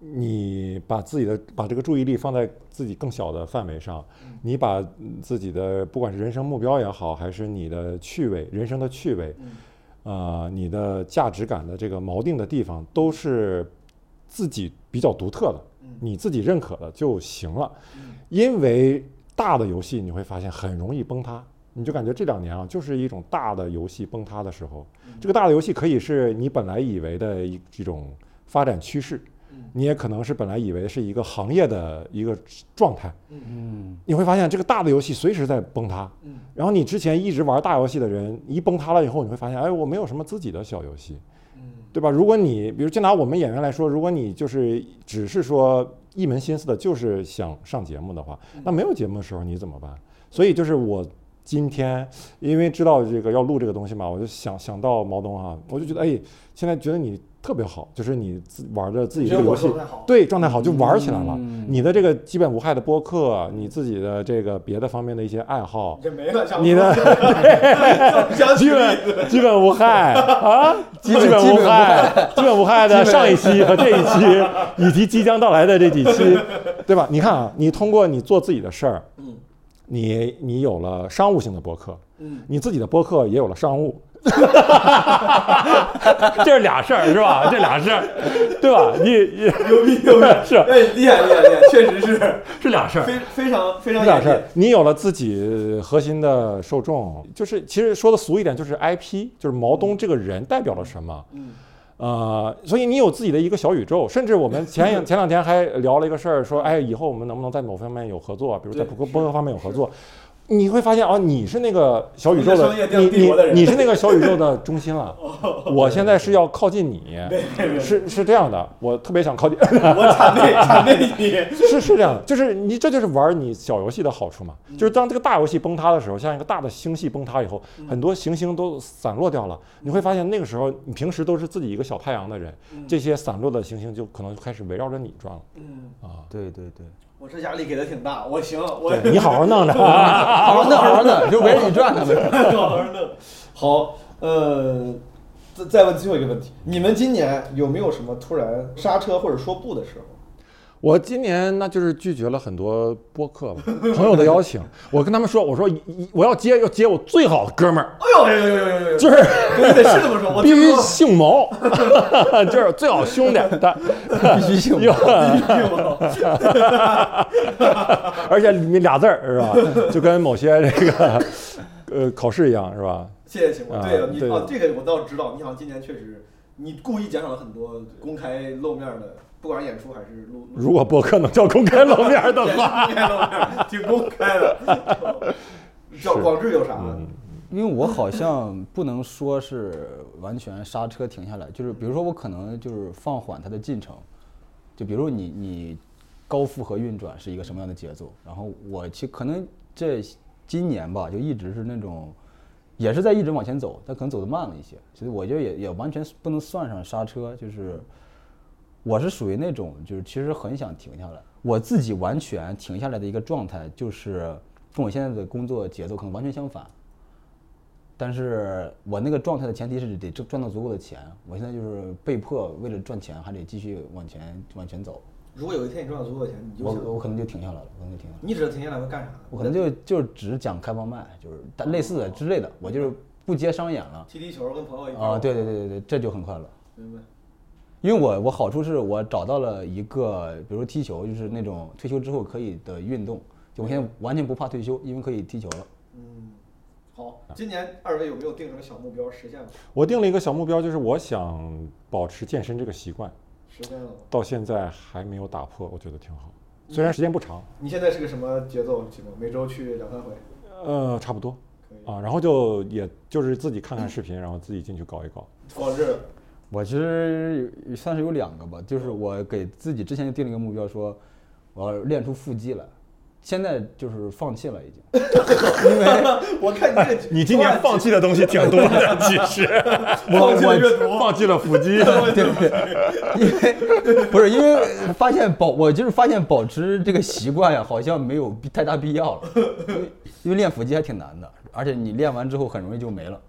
Speaker 5: 你把自己的把这个注意力放在自己更小的范围上，你把自己的不管是人生目标也好，还是你的趣味，人生的趣味，
Speaker 3: 哦
Speaker 5: 呃，你的价值感的这个锚定的地方，都是自己比较独特的，你自己认可的就行了。因为大的游戏你会发现很容易崩塌，你就感觉这两年啊，就是一种大的游戏崩塌的时候。这个大的游戏可以是你本来以为的一一种发展趋势，
Speaker 3: 嗯
Speaker 5: 你也可能是本来以为是一个行业的一个状态。嗯，你会发现这个大的游戏随时在崩塌。
Speaker 3: 嗯
Speaker 5: 然后你之前一直玩大游戏的人，一崩塌了以后，你会发现，哎，我没有什么自己的小游戏。
Speaker 3: 嗯
Speaker 5: 对吧？如果你比如就拿我们演员来说，如果你就是只是说一门心思的就是想上节目的话，那没有节目的时候你怎么办？所以就是我今天因为知道这个要录这个东西嘛，我就想想到毛东哈、我就觉得哎，现在觉得你特别好，就是你自玩的自己这个游戏
Speaker 3: 觉得我状态好，
Speaker 5: 对状态好就玩起来了。你的这个基本无害的播客，你自己的这个别的方面的一些爱好，
Speaker 3: 这没了，想
Speaker 5: 你的
Speaker 3: 想
Speaker 5: 基本基本无害啊，基
Speaker 4: 本
Speaker 5: 无害，基本无害的上一期和这一期， 以及即将到来的这几期，对吧？你看啊，你通过你做自己的事儿，你你有了商务性的播客，嗯，你自己的播客也有了商务， 这是俩事儿是吧？这俩事儿，对吧？ 你你
Speaker 3: 牛逼牛逼，
Speaker 5: 是
Speaker 3: 哎，厉害厉害厉害，确实是
Speaker 5: 是俩事儿，
Speaker 3: 非非常非常
Speaker 5: 这俩
Speaker 3: 严
Speaker 5: 事儿
Speaker 3: 谨。，
Speaker 5: 你有了自己核心的受众，就是其实说的俗一点，就是 IP，就是毛东
Speaker 3: 嗯
Speaker 5: 这个人代表了什么。嗯。呃，所以你有自己的一个小宇宙，甚至我们前 前两天还聊了一个事儿，说，哎，以后我们能不能在某方面有合作，啊比如在播客播客方面有合作，你会发现哦，你是那个小宇宙
Speaker 3: 你是
Speaker 5: 的
Speaker 3: 商业，帝
Speaker 5: 你
Speaker 3: 帝
Speaker 5: 你
Speaker 3: 国的人
Speaker 5: 你是那个小宇宙的中 心了。我现在是要靠近你，是是这样的，我特别想靠近。
Speaker 3: 我谄媚谄 媚你，
Speaker 5: 是是这样的，就是你这就是玩你小游戏的好处嘛，就是当这个大游戏崩塌的时候，像一个大的星系崩塌以后，很多行星都散落掉了，你会发现那个时候你平时都是自己一个小太阳的人，这些散落的行星就可能开始围绕着你转了。
Speaker 4: 对对对，
Speaker 3: 我这压力给的挺大，我行，我
Speaker 5: 对你好好弄着啊，
Speaker 4: 好好弄好好弄，就围着你转他们。
Speaker 3: 好好弄。好，呃，再再问最后一个问题，你们今年有没有什么突然刹车或者说不的时候？
Speaker 5: 我今年那就是拒绝了很多播客朋友的邀 请，我跟他们说，我说一一我要接要接我最好的哥们儿，
Speaker 3: 哎呦呦呦呦呦呦！
Speaker 5: 就是
Speaker 3: 对对，是这么说，我
Speaker 5: 必
Speaker 3: 听
Speaker 5: 须
Speaker 3: 说
Speaker 5: 姓毛， 就是最好兄弟，但
Speaker 4: 必须性
Speaker 5: 有
Speaker 3: 了。
Speaker 5: 而且你俩字儿是 吧？就跟某些这个 呃考试一样是吧？
Speaker 3: 谢谢秦博，
Speaker 5: 啊
Speaker 3: 对了，你
Speaker 5: 对
Speaker 3: 哦，这个我倒知道，你好像今年确实，你故意减少了很多公开露面的，不管是演出还是录。
Speaker 5: 如果播客能叫公开露面的
Speaker 3: 对
Speaker 5: 话，
Speaker 3: 公 开露面挺公开的。叫广志有啥？
Speaker 4: 因为我好像不能说是完全刹车停下来，就是比如说我可能就是放缓它的进程，就比如你你高负荷运转是一个什么样的节奏，然后我其可能这今年吧就一直是那种也是在一直往前走，但可能走得慢了一些，其实我觉得也也完全不能算上刹车，就是我是属于那种就是其实很想停下来，我自己完全停下来的一个状态就是跟我现在的工作节奏可能完全相反。但是我那个状态的前提是得赚到足够的钱，我现在就是被迫为了赚钱还得继续往前往前走，
Speaker 3: 如果有一天你赚到足够的钱，你就
Speaker 4: 我
Speaker 3: 想
Speaker 4: 我可能就停下来了，我可能就停下来了，
Speaker 3: 你指着停下来会干啥呢？
Speaker 4: 我可能就就只讲开放麦，就是但类似的之类的，我就是不接商演了
Speaker 3: 踢踢球，跟朋友一块儿
Speaker 4: 啊，对对对对对，这就很快乐，
Speaker 3: 明白。
Speaker 4: 因为我我好处是我找到了一个，比如说踢球，就是那种退休之后可以的运动，就我现在完全不怕退休，因为可以踢球了。
Speaker 3: 嗯，好，今年二位有没有定什么小目标实现了？
Speaker 5: 我定了一个小目标，就是我想保持健身这个习惯，
Speaker 3: 实现了吗？
Speaker 5: 到现在还没有打破，我觉得挺好。虽然时间不长，
Speaker 3: 你现在是个什么节奏？秦博，每周去两三回，
Speaker 5: 呃，差不多
Speaker 3: 可以。
Speaker 5: 啊，然后就也就是自己看看视频，然后自己进去搞一搞。
Speaker 3: 广志，
Speaker 4: 我其实有算是有两个吧，就是我给自己之前就定了一个目标，说我要练出腹肌来，现在就是放弃了已经。
Speaker 3: 我看你这
Speaker 6: 你今年放弃的东西挺多的， 其实
Speaker 3: 放弃了阅读，
Speaker 5: 放弃了腹肌，
Speaker 4: 对对对，因为不是因为发现保，我就是发现保持这个习惯呀，好像没有必太大必要了，因为因为练腹肌还挺难的，而且你练完之后很容易就没了，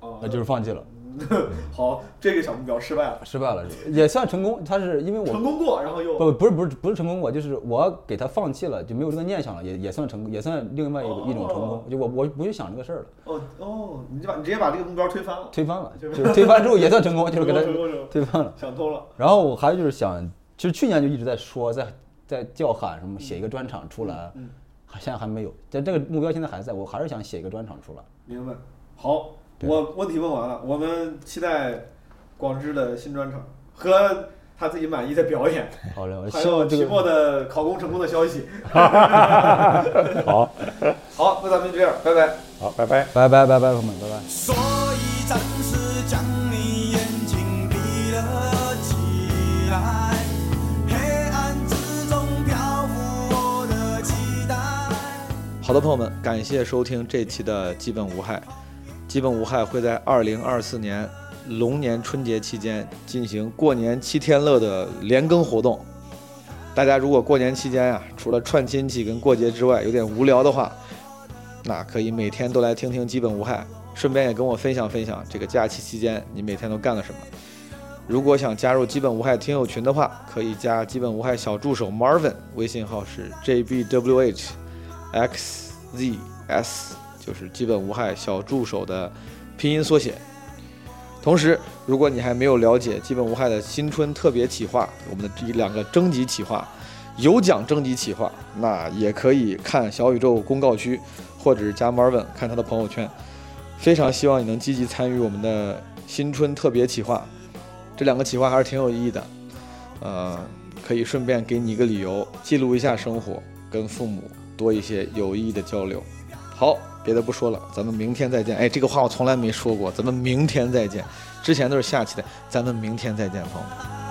Speaker 3: 哦
Speaker 4: 那就是放弃了，
Speaker 3: 好，这个小目标失败了，
Speaker 4: 失败了也算成功。他是因为我
Speaker 3: 成功过，然后又
Speaker 4: 不不是不是不是成功过，就是我给他放弃了，就没有这个念想了，也也算成功，也算另外一个一种成功。就我我不去想这个事儿了，
Speaker 3: 哦哦，你就把你直接把这个目标推翻了，
Speaker 4: 推翻了，
Speaker 3: 就
Speaker 4: 就是是推翻之后也算成功，就是给他
Speaker 3: 成功成功
Speaker 4: 推翻了。
Speaker 3: 想通了，
Speaker 4: 然后我还有就是想，其实去年就一直在说，在在叫喊什么写一个专场出来，
Speaker 3: 嗯
Speaker 4: 还现在还没有，但这个目标现在还在，我还是想写一个专场出来。
Speaker 3: 明白。好，我问题问完了，我们期待广志的新专场和他自己满意的表演，
Speaker 4: 好嘞，我
Speaker 3: 还
Speaker 4: 希
Speaker 3: 有
Speaker 4: 望这
Speaker 3: 期
Speaker 4: 个
Speaker 3: 末的考公成功的消 息。
Speaker 5: 好，
Speaker 3: 好，那咱们就这样，拜拜。
Speaker 5: 好，拜
Speaker 3: 哎
Speaker 5: 拜。
Speaker 4: 拜拜拜拜，朋友们，拜拜。
Speaker 1: 所以暂时将你眼睛闭了起来，黑暗之中漂浮我的期待。
Speaker 2: 好的，朋友们，感谢收听这期的《基本无害》。基本无害会在二零二四年龙年春节期间进行过年七天乐的连更活动。大家如果过年期间啊，除了串亲戚跟过节之外，有点无聊的话，那可以每天都来听听《基本无害》，顺便也跟我分享分享这个假期期间你每天都干了什么。如果想加入基本无害听友群的话，可以加基本无害小助手 Marvin，微信号是 jbwh x ZS，就是基本无害小助手的拼音缩写。同时，如果你还没有了解基本无害的新春特别企划，我们的这两个征集企划，有奖征集企划，那也可以看小宇宙公告区，或者是加 Marvin 看他的朋友圈。非常希望你能积极参与我们的新春特别企划，这两个企划还是挺有意义的。呃，可以顺便给你一个理由，记录一下生活，跟父母多一些有意义的交流。好，别的不说了，咱们明天再见。哎，这个话我从来没说过，咱们明天再见。之前都是下期的，咱们明天再见，朋友们。